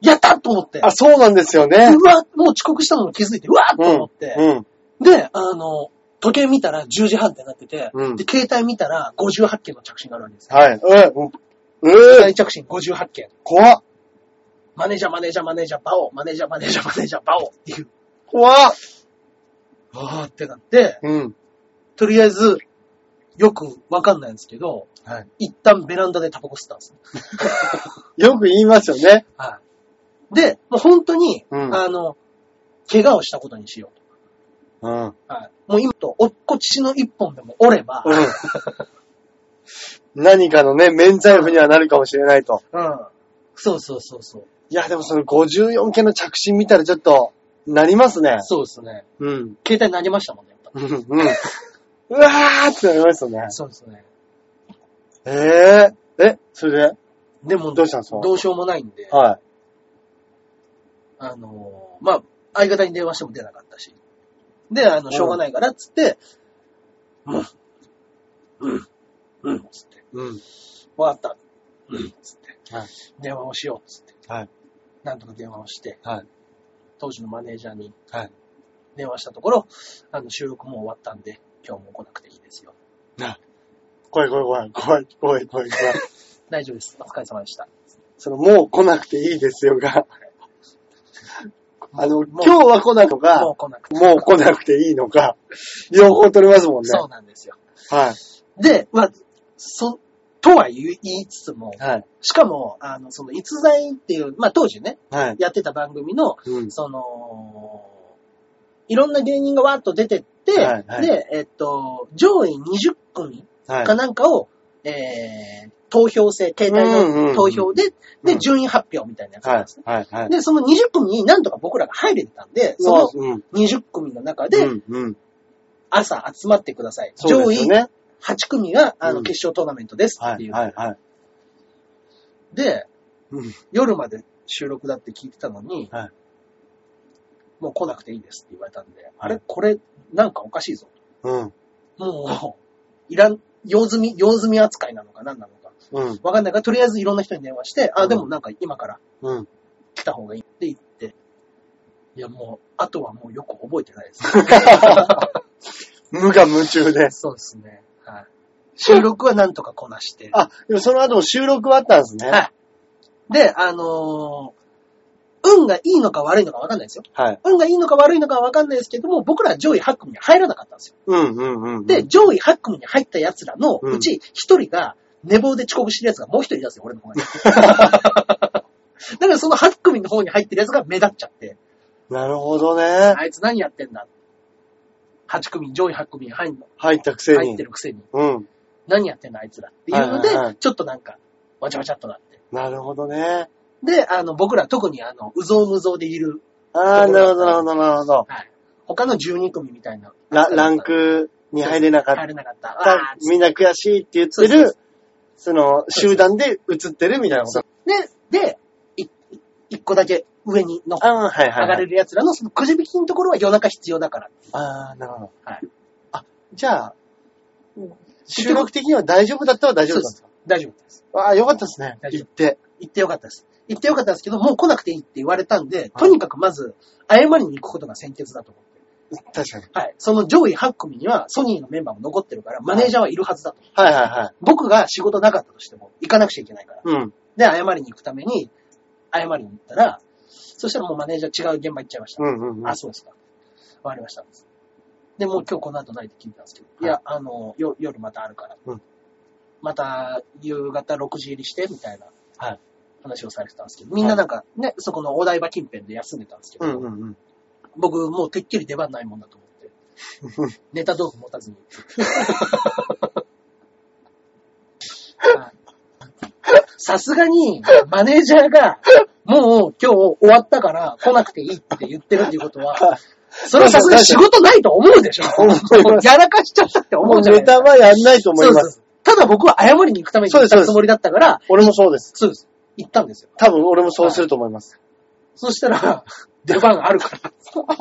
Speaker 1: やったと思って、
Speaker 2: あ、そうなんですよね。
Speaker 1: うわ、もう遅刻したのに気づいて、うわーっと思って、
Speaker 2: うん。
Speaker 1: で、あの、時計見たら10時半ってなってて、
Speaker 2: うん
Speaker 1: で、携帯見たら58件の着信があるわけですよ。
Speaker 2: はい。うん。
Speaker 1: 携
Speaker 2: う
Speaker 1: 帯
Speaker 2: ん。
Speaker 1: 着信58件。
Speaker 2: 怖っ。
Speaker 1: マネージャー、マネージャー、マネージャー、バオ、マネージャー、マネージャー、マネージャー、バオっていう、
Speaker 2: 怖っ。
Speaker 1: わーってなって、
Speaker 2: うん。
Speaker 1: とりあえず、よくわかんないんですけど、
Speaker 2: はい。
Speaker 1: 一旦ベランダでタバコ吸ったんですね。
Speaker 2: よく言いますよね。
Speaker 1: はい。で、もう本当に、
Speaker 2: うん
Speaker 1: あの、怪我をしたことにしよう
Speaker 2: うん。うん。
Speaker 1: と。はい。もう今と、おっこちの一本でも折れば、
Speaker 2: 何かのね、免罪符にはなるかもしれないと。
Speaker 1: うん。そうそうそうそう。
Speaker 2: いや、でもその54件の着信見たらちょっと、なりますね。
Speaker 1: そうですね。
Speaker 2: うん。
Speaker 1: 携帯投げましたもんね、やっぱ。
Speaker 2: うん。うん。うわーってなりますよね。
Speaker 1: そうですね。
Speaker 2: えええ、それで
Speaker 1: でも、
Speaker 2: どうしたんですか
Speaker 1: どうしようもないんで、
Speaker 2: は
Speaker 1: あのー、まあ、相方に電話しても出なかったし。で、あの、しょうがないから、っつって、うん、うん、うん、つって
Speaker 2: い。、うん。
Speaker 1: わかった、うん、つって、
Speaker 2: はい
Speaker 1: 電話をしよう、つって、
Speaker 2: はい。
Speaker 1: なんとか電話をして、
Speaker 2: はい。
Speaker 1: 当時のマネージャーに
Speaker 2: はい。
Speaker 1: 電話したところ、あの、収録もう終わったんで、今日も来なくていいですよ。
Speaker 2: 怖い怖い怖い。怖い怖い怖い怖い。
Speaker 1: 大丈夫です。お疲れ様でした。
Speaker 2: その、もう来なくていいですよが。あの、
Speaker 1: もう
Speaker 2: 今日は来ないのか、も
Speaker 1: もう来なくて。
Speaker 2: う来なくていいのか、両方取れますもんね。
Speaker 1: そうなんですよ。
Speaker 2: はい。
Speaker 1: で、まあ、そ、とは言い言いつつも、
Speaker 2: はい。
Speaker 1: しかも、あの、その、逸材っていう、まあ、当時ね、
Speaker 2: はい。
Speaker 1: やってた番組の、
Speaker 2: うん。
Speaker 1: その、いろんな芸人がわーっと出てって、
Speaker 2: はいはい
Speaker 1: で、えっと、上位20組
Speaker 2: はい
Speaker 1: か。なんかを、えー、投票制、携
Speaker 2: うんうんう
Speaker 1: 帯の
Speaker 2: ん
Speaker 1: 投票で、
Speaker 2: う
Speaker 1: で、
Speaker 2: ん
Speaker 1: 順位発表みたいなやつ
Speaker 2: は
Speaker 1: なん
Speaker 2: い
Speaker 1: ですね。。
Speaker 2: はい。はい。
Speaker 1: で、その20組になんとか僕らが入れてたんで、そ
Speaker 2: そううん。
Speaker 1: の20組の中で
Speaker 2: うん。うん。
Speaker 1: 朝集まってください。
Speaker 2: そう
Speaker 1: 上
Speaker 2: です
Speaker 1: 位
Speaker 2: よね。
Speaker 1: 8組があ
Speaker 2: う
Speaker 1: の
Speaker 2: ん
Speaker 1: 決勝トーナメントです
Speaker 2: は
Speaker 1: ってい
Speaker 2: い。
Speaker 1: う。
Speaker 2: はい。はい。
Speaker 1: で、
Speaker 2: うん
Speaker 1: 夜まで収録だって聞いてたのに、
Speaker 2: はい
Speaker 1: もう来なくていいですって言われたんで、あれこれ、なんかおかしいぞ。
Speaker 2: うん。
Speaker 1: もう、いらん、用済み、用済み扱いなのか何なのか。
Speaker 2: うん。
Speaker 1: わかんないから、とりあえずいろんな人に電話して、
Speaker 2: う
Speaker 1: あ、
Speaker 2: ん
Speaker 1: でもなんか今から
Speaker 2: うん。
Speaker 1: 来た方がいいって言って、いやもう、あとはもうよく覚えてない
Speaker 2: [laughs]
Speaker 1: です。
Speaker 2: 無我夢中で。
Speaker 1: そうですね。はい。収録はなんとかこなして。
Speaker 2: あ、でもその後も収録はあったんですね。
Speaker 1: はいで、あのー運がいいのか悪いのかわかんないですよ。
Speaker 2: はい。
Speaker 1: 運がいいのか悪いのかわかんないですけども、僕ら上位8組に入らなかったんですよ。
Speaker 2: うんうんうんうん。
Speaker 1: で、、上位8組に入った奴らの
Speaker 2: うん
Speaker 1: うち1人が寝坊で遅刻してる奴がもう1人いたんですよ、俺の方に。
Speaker 2: [laughs]
Speaker 1: だからその8組の方に入ってる奴が目立っちゃって、
Speaker 2: なるほどね。
Speaker 1: あいつ何やってんだ。8組、上位8組に入んの
Speaker 2: 入ったくせ
Speaker 1: 入っ
Speaker 2: に
Speaker 1: て。るくせに、
Speaker 2: うん。
Speaker 1: 何やってんだあいつらっていうので
Speaker 2: はいはいはい、
Speaker 1: ちょっとなんか、わちゃわちゃっとなって。
Speaker 2: なるほどね。
Speaker 1: で、あの、僕ら特にあの、うぞうむぞうでいる、
Speaker 2: ああ、なるほど、なるほど、なるほど。
Speaker 1: はい。他の12組みたいな。
Speaker 2: ラランクに入れなかっ
Speaker 1: 入れなかった。
Speaker 2: た
Speaker 1: わーっ、つって
Speaker 2: みんな悔しいって言って
Speaker 1: そうそう
Speaker 2: る、その、集団で映ってるみたいなこと。
Speaker 1: で、で、い一個だけ上にの
Speaker 2: ああ、はいは
Speaker 1: 上
Speaker 2: いは
Speaker 1: が
Speaker 2: い。
Speaker 1: れる奴らのそのくじ引きのところは夜中必要だから。
Speaker 2: ああ、なるほど。
Speaker 1: はい。
Speaker 2: あ、じゃあ、収録的には大丈夫だったら大丈夫だっ
Speaker 1: そうです大丈夫です。
Speaker 2: た。ああ、よかったですね。
Speaker 1: 大丈夫
Speaker 2: 行って。
Speaker 1: 行ってよかったです。行ってよかったですけど、もう来なくていいって言われたんで、とにかくまず、謝りに行くことが先決だと思って。
Speaker 2: 確かに。
Speaker 1: はい。その上位8組にはソニーのメンバーも残ってるから、マネージャーはいるはずだと。
Speaker 2: はいはいはい。
Speaker 1: 僕が仕事なかったとしても、行かなくちゃいけないから。
Speaker 2: うん。
Speaker 1: で、謝りに行くために、謝りに行ったら、そしたらもうマネージャー違う現場行っちゃいました。
Speaker 2: うんうんうん。
Speaker 1: あ、そうですか。わかりました。で、もう今日この後ないって聞いたんですけど、い、や、あの、よ夜またあるから、
Speaker 2: うん
Speaker 1: また夕方6時入りして、みたいな
Speaker 2: はい
Speaker 1: 話をされてたんですけど、みんななんかね、そこのお台場近辺で休んでたんですけど、
Speaker 2: うんうんうん。
Speaker 1: 僕もうてっきり出番ないもんだと思
Speaker 2: [laughs]
Speaker 1: って、ネタ道具持たずに。はいさすがに、マネージャーが、もう今日終わったから来なくていいって言ってるっていうことは、それはさすがに仕事ないと思うでしょ
Speaker 2: 思います
Speaker 1: やらかしちゃったって思
Speaker 2: もう
Speaker 1: うじゃな
Speaker 2: ネ
Speaker 1: いです
Speaker 2: タ
Speaker 1: か。
Speaker 2: はやんないと思い
Speaker 1: そう
Speaker 2: ま。
Speaker 1: ですす。ただ僕は謝りに行くために行ったつもりだったから、
Speaker 2: 俺もそうです。
Speaker 1: そうです。行ったんですよ。
Speaker 2: 多分俺もそうすると思います。
Speaker 1: そしたら、出番あるから。
Speaker 2: [laughs] 衣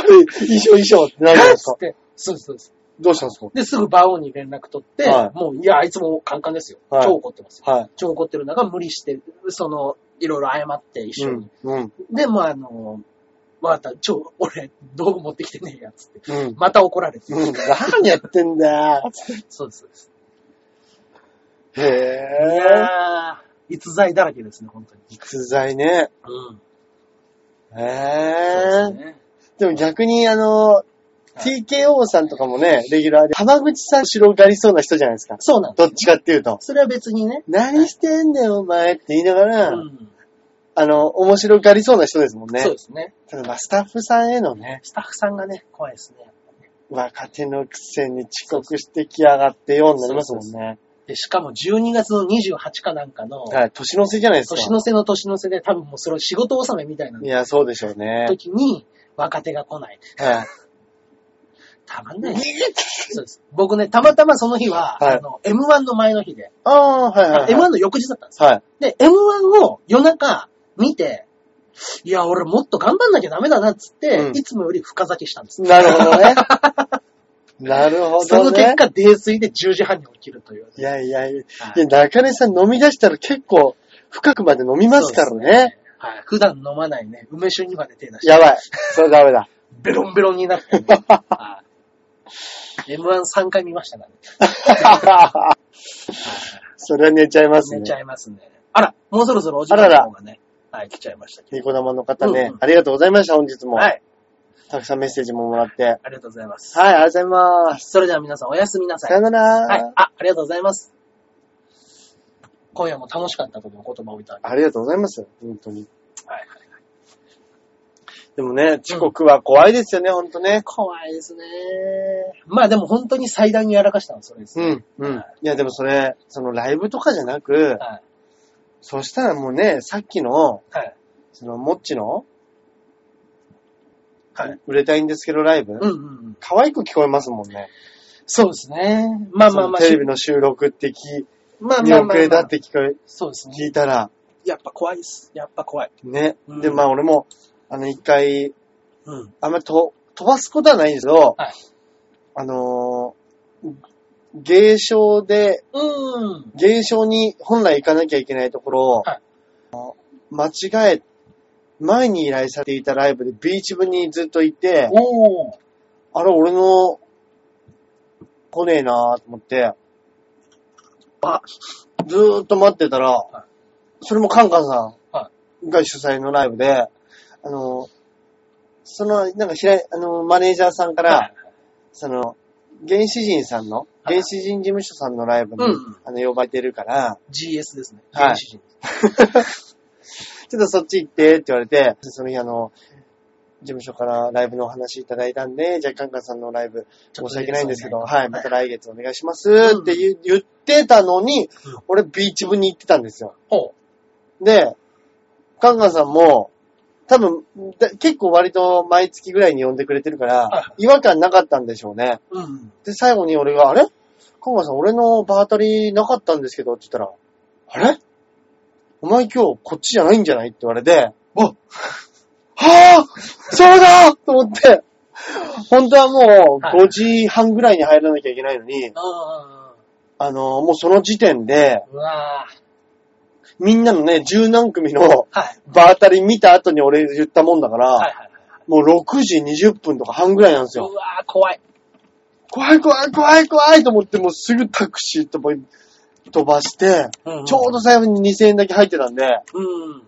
Speaker 2: 装衣装ってなるじゃないです
Speaker 1: つ
Speaker 2: か
Speaker 1: っ。てそうです、そうです。
Speaker 2: どうしたんです
Speaker 1: で、すぐバオに連絡取って、
Speaker 2: はい
Speaker 1: もう、いや、あいつもカンカンですよ。
Speaker 2: はい
Speaker 1: 超怒ってますよ。
Speaker 2: かはい。
Speaker 1: 超怒ってる中、無理して、その、いろいろ謝って一緒に。
Speaker 2: うん。うん。
Speaker 1: で、もうあの、わかった、超、俺、道具持ってきてねえや、つって。
Speaker 2: うん。
Speaker 1: また怒られて。
Speaker 2: うん [laughs] 何やってんだよ。
Speaker 1: [laughs] そうです、そうです。
Speaker 2: へ
Speaker 1: い
Speaker 2: ぇー。
Speaker 1: やー、逸材だらけですね、本当に。
Speaker 2: 逸材ね。
Speaker 1: うん。
Speaker 2: へ
Speaker 1: そ
Speaker 2: ぇ
Speaker 1: うですね。
Speaker 2: ー。でも逆にあの、TKO さんとかもね、レギュラーで、浜口さん後ろがりそうな人じゃないですか。
Speaker 1: そうなんです。
Speaker 2: どっちかっていうと。
Speaker 1: それは別にね。
Speaker 2: 何してんだよ、お前って言いながら、
Speaker 1: うん。
Speaker 2: あの、面白がりそうな人ですもんね。
Speaker 1: そうですね。
Speaker 2: ただまあ、スタッフさんへのね、
Speaker 1: スタッフさんがね、怖いですね。やっぱね
Speaker 2: 若手のくせに遅刻してきやがってようになりますもんね。
Speaker 1: で、しかも12月の28かなんかの、
Speaker 2: はい、年の瀬じゃないですか。
Speaker 1: 年の瀬の年の瀬で多分もうそれ仕事納めみたいない
Speaker 2: や、そうでしょうね。
Speaker 1: 時に若手が来ない。
Speaker 2: はい。
Speaker 1: たまんない。そうです。僕ね、たまたまその日は、
Speaker 2: はい
Speaker 1: あの、M1 の前の日で、
Speaker 2: ああ、はいはい、はい。
Speaker 1: M1 の翌日だったんですよ。
Speaker 2: はい。
Speaker 1: で、M1 を夜中見て、いや、俺もっと頑張んなきゃダメだなっつって、
Speaker 2: うん
Speaker 1: いつもより深酒したんです。
Speaker 2: なるほど [laughs] ね。なるほどね。
Speaker 1: その結果、泥酔で10時半に起きるという。
Speaker 2: いやいやいや、
Speaker 1: はい
Speaker 2: いや中根さん飲み出したら結構深くまで飲みますからね。
Speaker 1: はい、普段飲まないね、梅酒にまで手出して、
Speaker 2: やばい。それダメだ。
Speaker 1: ベロンベロンになって、M13 回見ましたからね。
Speaker 2: [laughs] それは寝ちゃいます
Speaker 1: 寝
Speaker 2: ね。
Speaker 1: ちゃいますね。あら、もうそろそろお時
Speaker 2: あ
Speaker 1: 間
Speaker 2: らら
Speaker 1: の方がね、はい、来ちゃいましたけ
Speaker 2: ニコ生の方ね、
Speaker 1: うんうん
Speaker 2: ありがとうございました、本日も。
Speaker 1: ど。はい、
Speaker 2: たくさんメッセージももらって。はい、
Speaker 1: ありがとうございます。
Speaker 2: ありがとうございます。
Speaker 1: それでは皆さんおやすみなさ
Speaker 2: さよ
Speaker 1: い。
Speaker 2: なら。
Speaker 1: はい。あ、ありがとうございます。今夜も楽しかったというお言葉をいただき。
Speaker 2: ありがとうございます。本当に。
Speaker 1: はいはい
Speaker 2: でもね、遅刻は怖いですよね、本当ね。
Speaker 1: 怖いですね。まあでも本当に最大にやらかしたのはそれです
Speaker 2: う
Speaker 1: ね。
Speaker 2: ん、うん。いや、でもそれ、そのライブとかじゃなく、
Speaker 1: はい。
Speaker 2: そしたらもうね、さっきの、
Speaker 1: はい。
Speaker 2: その、もっちの、
Speaker 1: はい。
Speaker 2: 売れたいんですけどライブ、
Speaker 1: うんうんうん。
Speaker 2: 可愛く聞こえますもんね。
Speaker 1: そうですね。まあまあまあ、
Speaker 2: そのテレビの収録って聞、
Speaker 1: まあ
Speaker 2: 見
Speaker 1: まあ
Speaker 2: 遅
Speaker 1: まあ
Speaker 2: れ
Speaker 1: ま
Speaker 2: だ
Speaker 1: あ
Speaker 2: っ。て聞こえ、
Speaker 1: そうですね。
Speaker 2: 聞いたら、
Speaker 1: やっぱ怖いです。やっぱ怖い。
Speaker 2: ね。
Speaker 1: うん
Speaker 2: で、まあ俺も、あの、一回、
Speaker 1: うん。
Speaker 2: あんまりと飛ばすことはないんですけど、
Speaker 1: はい
Speaker 2: あのー芸商で、
Speaker 1: うん。
Speaker 2: 芸商に本来行かなきゃいけないところを、
Speaker 1: はい
Speaker 2: あの間違え、前に依頼されていたライブでビーチ部にずっといて、
Speaker 1: おー。
Speaker 2: あれ、俺の、来ねえなーと思って、
Speaker 1: あ、
Speaker 2: ずーっと待ってたら、
Speaker 1: い
Speaker 2: それもカンカンさ
Speaker 1: は
Speaker 2: んが主催のライブで、あの、その、なんか、ひらい、あの、マネージャーさんから、
Speaker 1: はい
Speaker 2: その、原始人さんの、
Speaker 1: はい
Speaker 2: 原始人事務所さんのライブに、
Speaker 1: うん
Speaker 2: あの、呼ばれてるから、
Speaker 1: GS ですね。
Speaker 2: はい
Speaker 1: 原始人。
Speaker 2: ちょっとそっち行ってって言われて、その日あの、事務所からライブのお話いただいたんで、じゃあカンカンさんのライブ
Speaker 1: ち
Speaker 2: 申
Speaker 1: ょっと
Speaker 2: し訳ないんですけど、
Speaker 1: はい
Speaker 2: はい、また来月お願いしますって言,、言ってたのに
Speaker 1: うん、
Speaker 2: 俺ビーチ部に行ってたんですよ。
Speaker 1: ほう。
Speaker 2: で、カンカンさんも、多分、だ結構割と毎月ぐらいに呼んでくれてるから
Speaker 1: は、
Speaker 2: 違和感なかったんでしょうね。
Speaker 1: うん。
Speaker 2: で、最後に俺が、あれカンカンさん、俺の場当たりなかったんですけど、って言ったら、あれお前今日こっちじゃないんじゃないって言われて、あはあそうだと思って、本当はも
Speaker 1: は
Speaker 2: う5時半ぐらいに入らなきゃいけないのに、
Speaker 1: あ
Speaker 2: あの、もうその時点で、
Speaker 1: ー。うわー。
Speaker 2: みんなのね、十何組の [laughs]
Speaker 1: はい。
Speaker 2: 場当たり見た後に俺言ったもんだから、
Speaker 1: はいはいはい。
Speaker 2: もう6時20分とか半ぐらいなんです
Speaker 1: う
Speaker 2: よ。
Speaker 1: わー、怖い。
Speaker 2: 怖い怖い怖い怖いと思って、もうすぐタクシーとば飛ばして、
Speaker 1: うん
Speaker 2: ちょうど最後に2000円だけ入ってたんで、
Speaker 1: ど。うん。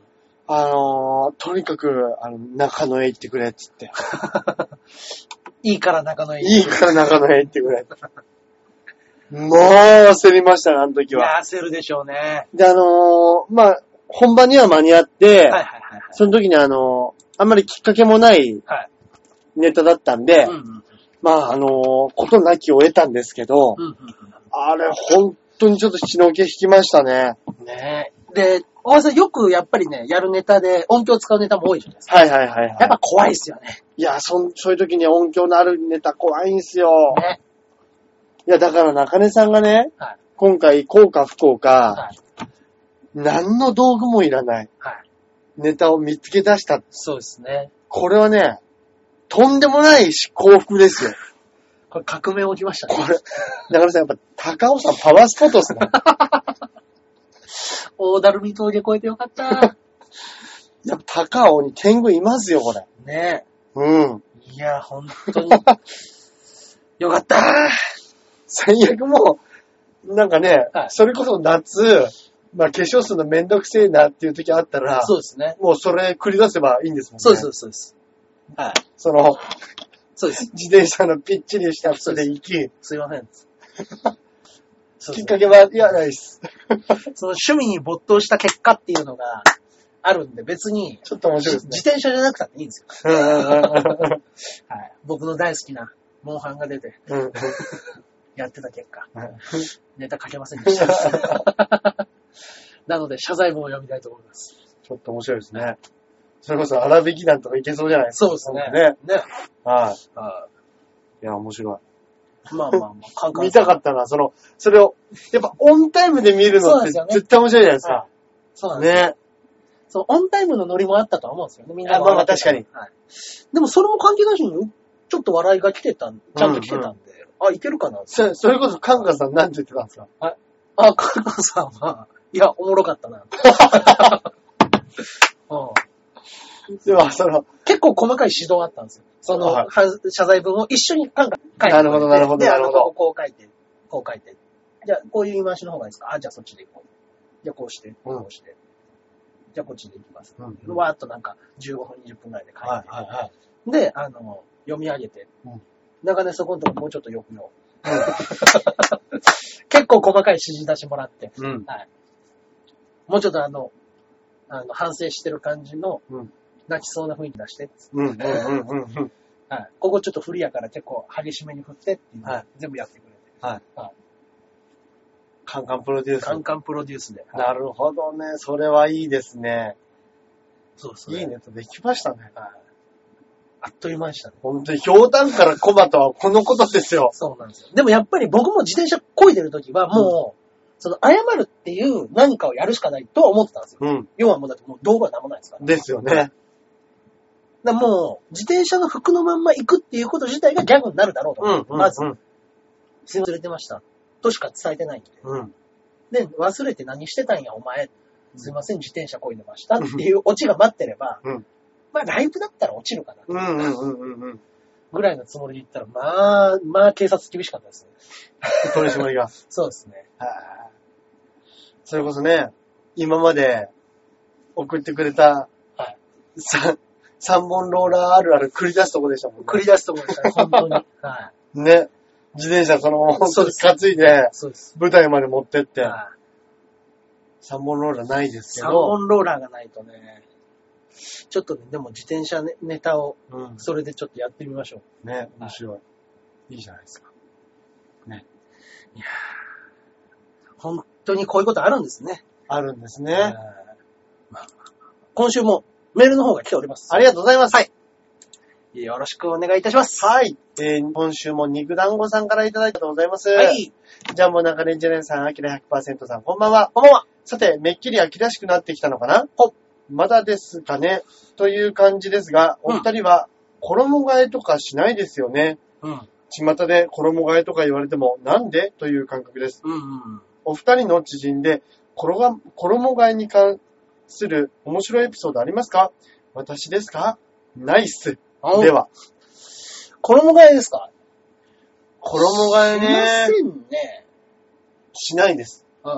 Speaker 2: あのー、とにかく、あの、中野へ行ってくれっ、つって。
Speaker 1: いいから仲のいい。
Speaker 2: いいから中野へ行って
Speaker 1: [laughs]
Speaker 2: くれって。もう焦りましたね、あの時
Speaker 1: いや
Speaker 2: は。
Speaker 1: ー、焦るでしょうね。
Speaker 2: で、あのー、まあ、本番には間に合って、
Speaker 1: はいはいはい
Speaker 2: その時にあのー、あんまりきっかけもない
Speaker 1: はい。
Speaker 2: ネタだったんで、
Speaker 1: はい。うんうん
Speaker 2: まあ、あのー、ことなきを得たんですけど、
Speaker 1: うんうん
Speaker 2: あれ、本当にちょっと血の気引きましたね。
Speaker 1: うん。ねえ。で、大橋さんよくやっぱりね、やるネタで音響使うネタも多いじゃないですか。
Speaker 2: はいはいはい、はい。
Speaker 1: やっぱ怖いですよね。
Speaker 2: いや、そん、そういう時に音響のあるネタ怖いんすよ。
Speaker 1: ね。
Speaker 2: いや、だから中根さんがね、
Speaker 1: はい
Speaker 2: 今回、こうか不幸か、
Speaker 1: はい。
Speaker 2: 何の道具もいらない
Speaker 1: はい。
Speaker 2: ネタを見つけ出した。
Speaker 1: そうですね。
Speaker 2: これはね、とんでもない幸福ですよ。
Speaker 1: これ革命起きましたね。
Speaker 2: これ、中根さんやっぱ、高尾さんパワースポットですね。
Speaker 1: 大だるみ峠越えてよか [laughs] った。
Speaker 2: やっぱ高尾に天狗いますよ、これ。
Speaker 1: ね
Speaker 2: うん。
Speaker 1: え。いや、本当 [laughs] に。よかった。
Speaker 2: 最悪もう、なんかね、
Speaker 1: はい
Speaker 2: それこそ夏、まあ化粧するのめんどくせえなっていう時あったら、
Speaker 1: そうですね。
Speaker 2: もうそれ繰り出せばいいんですもんね。
Speaker 1: そうです、そうですそうです。はい。
Speaker 2: その、
Speaker 1: そうです。
Speaker 2: 自転車のぴっちりした服で行き、
Speaker 1: すいま
Speaker 2: [laughs]
Speaker 1: せん。そう
Speaker 2: き
Speaker 1: で
Speaker 2: っか
Speaker 1: すね
Speaker 2: けは、いや、ないです。
Speaker 1: その趣味に没頭した結果っていうのがあるんで、別に、
Speaker 2: ちょっと面白い
Speaker 1: 自
Speaker 2: ですね。
Speaker 1: 転車じゃなくたっていいんですよ。 [laughs]
Speaker 2: うんうん
Speaker 1: はい。僕の大好きな、モンハンが出て
Speaker 2: うんうん
Speaker 1: やってた結果、
Speaker 2: はい
Speaker 1: ネタ書けませんで
Speaker 2: [laughs]
Speaker 1: した。なので、謝罪文を読みたいと思います。
Speaker 2: ちょっと面白いですね。それこそ荒引きなんとかいけそうじゃないですか。
Speaker 1: そうですね。
Speaker 2: ね。
Speaker 1: ね。
Speaker 2: はい。
Speaker 1: はい
Speaker 2: や、面白
Speaker 1: いまあ
Speaker 2: [laughs]
Speaker 1: まあまあ、カン
Speaker 2: い。見たかったな、その、それを、やっぱオンタイムで見る
Speaker 1: そう
Speaker 2: の
Speaker 1: な
Speaker 2: っ
Speaker 1: ん
Speaker 2: て
Speaker 1: ですよね
Speaker 2: 絶対面白いじゃないです
Speaker 1: は
Speaker 2: か。
Speaker 1: そうなんですよ。
Speaker 2: ね。
Speaker 1: そう、オンタイムのノリもあったとは思うんですよね、みんなが
Speaker 2: あまあまあ
Speaker 1: 笑ってた
Speaker 2: 確
Speaker 1: はい。でもそれも関係なしに、ちょっと笑いが来てたん、ちゃんと来てたんで、あ、いけるかな
Speaker 2: そそれこそカンカさんなんて言ってたんですか
Speaker 1: あ、カナさんは、いや、おもろかったな。 [laughs] うん
Speaker 2: では、その、
Speaker 1: 結構細かい指導あったんですよ。その、
Speaker 2: はい
Speaker 1: は謝罪文を一緒になんか書いてくれて。
Speaker 2: なるほどなるほど
Speaker 1: で、あ
Speaker 2: なる
Speaker 1: の、
Speaker 2: ほど
Speaker 1: こここう書いて、こう書いて。じゃあ、こういう言い回しの方がいいですかあ、じゃあそっちで行こう。じゃあこうして、こうして。じゃあこっちで行きます。
Speaker 2: うんうん
Speaker 1: わーっとなんか15分、20分ぐらいで書いて。
Speaker 2: はいはいはい。
Speaker 1: で、あの、読み上げて、
Speaker 2: うん
Speaker 1: 中根そこのとこもうちょっとよくよ。 [laughs] 結構細かい指示出しもらって、
Speaker 2: うん。
Speaker 1: もうちょっとあの、あの反省してる感じの
Speaker 2: うん、
Speaker 1: 泣きそうな雰囲気出して、
Speaker 2: うんうんうんうんうん。
Speaker 1: はい、ここちょっと不利やから結構激しめに振ってっていうのを
Speaker 2: はい
Speaker 1: 全部やってくれて、
Speaker 2: カンカンプロデュース
Speaker 1: カ。ンカンプロデュースで。
Speaker 2: なるほどね。それはいいですね。
Speaker 1: そうです
Speaker 2: い
Speaker 1: ね。
Speaker 2: いネタできましたね。
Speaker 1: はいあっという間でしたね。
Speaker 2: 本当に、ひょうたんからコマとはこのことですよ。
Speaker 1: そうなんですよ。でもやっぱり僕も自転車漕いでる時はもう、その謝るっていう何かをやるしかないとは思ってたんですよ。
Speaker 2: うん。
Speaker 1: 要はもうだってもう道具は何もないですから。
Speaker 2: ですよね。
Speaker 1: だからもう、自転車の服のまんま行くっていうこと自体がギャグになるだろうと思って、まず、すいません、忘れてました。としか伝えてないんで。
Speaker 2: うん。
Speaker 1: で、忘れて何してたんや、お前。すいません、自転車こいでましたっていうオチが待ってれば、
Speaker 2: うん
Speaker 1: まあライブだったら落ちるかな、
Speaker 2: うんうんうんうんうん。
Speaker 1: ぐらいのつもりで行ったら、まあ、まあ警察厳しかったですね。
Speaker 2: 取り締まりが。
Speaker 1: そうですね。
Speaker 2: それこそね、今まで送ってくれた、
Speaker 1: は
Speaker 2: さ三本ローラーあるある繰り出すとこでしたもんね。
Speaker 1: 繰り出すと思いましたね、本 [laughs] 当に。はい。
Speaker 2: ね。自転車そのまま本当に担いで、
Speaker 1: そうです。
Speaker 2: 舞台まで持ってって、
Speaker 1: はい
Speaker 2: 三本ローラーないですけ
Speaker 1: 三
Speaker 2: ど、
Speaker 1: 本ローラーがないとね、ちょっとね、でも自転車ネネタを、
Speaker 2: うん、
Speaker 1: それでちょっとやってみましょう。
Speaker 2: ね、面白い。いいじゃないですか。
Speaker 1: 本当にこういうことあるんですね。
Speaker 2: あるんです
Speaker 1: はい
Speaker 2: ね。
Speaker 1: 今週もメールの方が来ております。
Speaker 2: ありがとうございます。はい。
Speaker 1: よろしくお願いいたします。
Speaker 2: はい。えー今週も肉団子さんからいただいたとございます。
Speaker 1: はい。
Speaker 2: ジャンボ中根ジェレンさん、アキラ100%さん、こんばんは。こんばんは。さて、めっきり秋らしくなってきたのかなほまだですかねという感じですが、お二人は衣替えとかしないですよね。
Speaker 1: うん。
Speaker 2: 巷で衣替えとか言われても、なんでという感覚です。
Speaker 1: うんうん。
Speaker 2: お二人の知人で、衣が衣替えに関する面白いエピソードありますか私ですかないっす。
Speaker 1: あ
Speaker 2: で、は、
Speaker 1: 衣替えですか
Speaker 2: 衣替え
Speaker 1: し
Speaker 2: ね、
Speaker 1: ませんね。
Speaker 2: しないです。
Speaker 1: うん。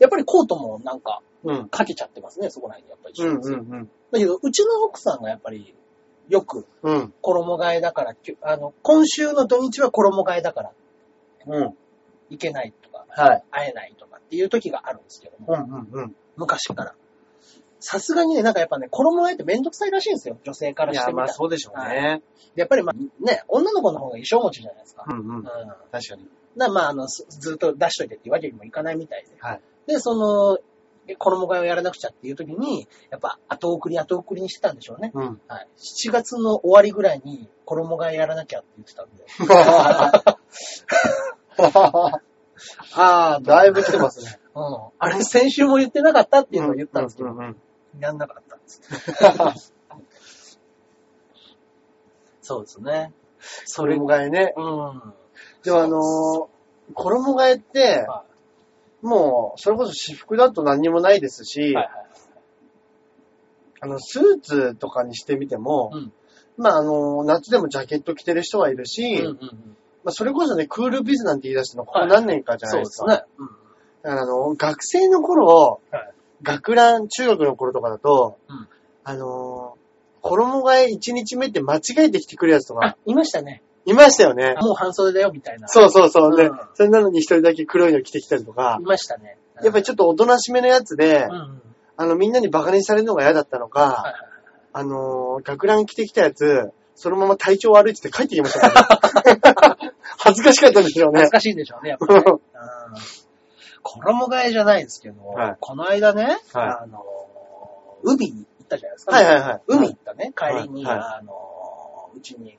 Speaker 1: やっぱりコートもなんか、
Speaker 2: うん。
Speaker 1: かけちゃってますね、そこら辺に。やっぱり一
Speaker 2: う
Speaker 1: 緒
Speaker 2: ん
Speaker 1: です
Speaker 2: う
Speaker 1: よ
Speaker 2: ん
Speaker 1: だけど、うちの奥さんがやっぱり、よく、
Speaker 2: うん。うん。
Speaker 1: 衣替えだから、きゅあの、今週の土日は衣替えだから、
Speaker 2: うん。
Speaker 1: 行けないとか、
Speaker 2: はい。
Speaker 1: 会えないとかっていう時があるんですけども、
Speaker 2: うんうんうん。
Speaker 1: 昔から。さすがにね、なんかやっぱね、衣替えってめんどくさいらしいんですよ、女性から
Speaker 2: い
Speaker 1: し
Speaker 2: や、
Speaker 1: てみた
Speaker 2: まあ
Speaker 1: ら。
Speaker 2: そうでしょうね。
Speaker 1: でやっぱりまあ、ね、女の子の方が衣装持ちじゃないですか。
Speaker 2: うんう
Speaker 1: うんん。。だか
Speaker 2: 確かに。
Speaker 1: らまあ、あの、すずっと出しといてっていうわけにもいかないみたいで。
Speaker 2: はい。
Speaker 1: で、その、え衣替えをやらなくちゃっていう時に、やっぱ後送り後送りにしてたんでしょうね。
Speaker 2: うん。
Speaker 1: はい。7月の終わりぐらいに衣替えやらなきゃって言ってたんで。
Speaker 2: [laughs] ああ、 [laughs] だいぶ来てますね。
Speaker 1: うん。あれ、先週も言ってなかったっていうのを言ったんですけど、
Speaker 2: うんうんうん
Speaker 1: やんなかったんです。
Speaker 2: [laughs]
Speaker 1: そうですね。それも、
Speaker 2: 衣替えね。
Speaker 1: うん。
Speaker 2: でもあのー衣替えって、
Speaker 1: は
Speaker 2: もう、それこそ私服だと何にもないです
Speaker 1: い
Speaker 2: し、
Speaker 1: はいはい。
Speaker 2: あの、スーツとかにしてみても、
Speaker 1: うん
Speaker 2: まああのー夏でもジャケット着てる人はいるし、
Speaker 1: うんうんうん
Speaker 2: まあそれこそね、クールビズなんて言い出したのこ
Speaker 1: は
Speaker 2: こ
Speaker 1: い
Speaker 2: 何年かじゃな
Speaker 1: そ
Speaker 2: いう
Speaker 1: で
Speaker 2: です
Speaker 1: す
Speaker 2: か。
Speaker 1: ね。うん。
Speaker 2: だからあの、学生の頃、
Speaker 1: はい
Speaker 2: 学ラン、中学の頃とかだと、
Speaker 1: うん
Speaker 2: あのー衣替え1日目って間違えてきてくるやつとか
Speaker 1: あ、いましたね。
Speaker 2: いましたよね。
Speaker 1: [laughs] もう半袖だよ、みたいな。
Speaker 2: そうそうそう。で
Speaker 1: うん
Speaker 2: それなのに一人だけ黒いの着てきたりとか
Speaker 1: い、ましたね。
Speaker 2: やっぱりちょっとおとなしめのやつで、
Speaker 1: うんうん。
Speaker 2: あの、みんなにバカにされるのが嫌だったのか、
Speaker 1: はい
Speaker 2: あのー学ラン着てきたやつ、そのまま体調悪いって言って帰ってきましたから
Speaker 1: [laughs]
Speaker 2: ね恥ずかしかったんでしょう
Speaker 1: 恥
Speaker 2: ね
Speaker 1: ず。かしいんでしょうね、や
Speaker 2: [laughs]
Speaker 1: っぱり、ね。うん衣替えじゃないですけど、
Speaker 2: はい
Speaker 1: この間ね、
Speaker 2: は
Speaker 1: あの、海に行ったじゃないですか。
Speaker 2: はいはいはい
Speaker 1: 海行ったね、
Speaker 2: はい
Speaker 1: 帰りに、
Speaker 2: はい
Speaker 1: あの、うちに、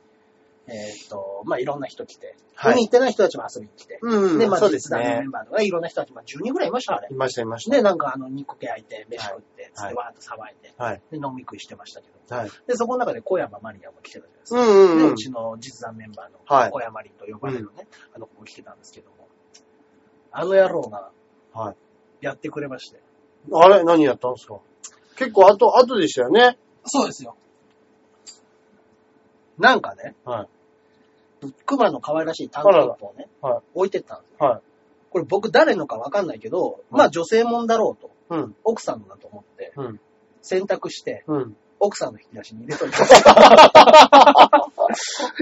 Speaker 1: えーっと、まあ、いろんな人来て、
Speaker 2: はい
Speaker 1: 海行ってない人たちも遊びに来て、
Speaker 2: うん、
Speaker 1: で、まあ、
Speaker 2: そうです
Speaker 1: 実弾のメ
Speaker 2: ね
Speaker 1: ン。バーとか、いろんな人たち、まあ、10人ぐらいいました、あれ
Speaker 2: い。ましたいました。
Speaker 1: で、なんか、あの、肉系焼いて、飯食って、つっ
Speaker 2: は
Speaker 1: て
Speaker 2: い
Speaker 1: わーっと騒いで、
Speaker 2: はい。
Speaker 1: で、飲み食いしてましたけど、
Speaker 2: はい。
Speaker 1: で、そこの中で小山マリアも来てたじゃないで
Speaker 2: うん
Speaker 1: すか。う
Speaker 2: うんうん
Speaker 1: う。ちの実弾メンバーの
Speaker 2: はい
Speaker 1: 小山凛と呼ばれるね、あの子も来てたんですけども、あの野郎が
Speaker 2: はい。
Speaker 1: やってくれまして。
Speaker 2: あれ何やったんですか結構後、後でしたよね。
Speaker 1: そうですよ。なんかね、
Speaker 2: はい。
Speaker 1: 熊の可愛らしいタンクトップをね、
Speaker 2: あららはい
Speaker 1: 置いてったんですよ。
Speaker 2: はい。
Speaker 1: これ僕誰のかわかんないけど、まあ女性もんだろうと、
Speaker 2: うん。
Speaker 1: 奥さんのだと思って、
Speaker 2: うん。
Speaker 1: 洗濯して、
Speaker 2: うん。
Speaker 1: 奥さんの引き出しに入
Speaker 2: [laughs]
Speaker 1: れといたんですよ。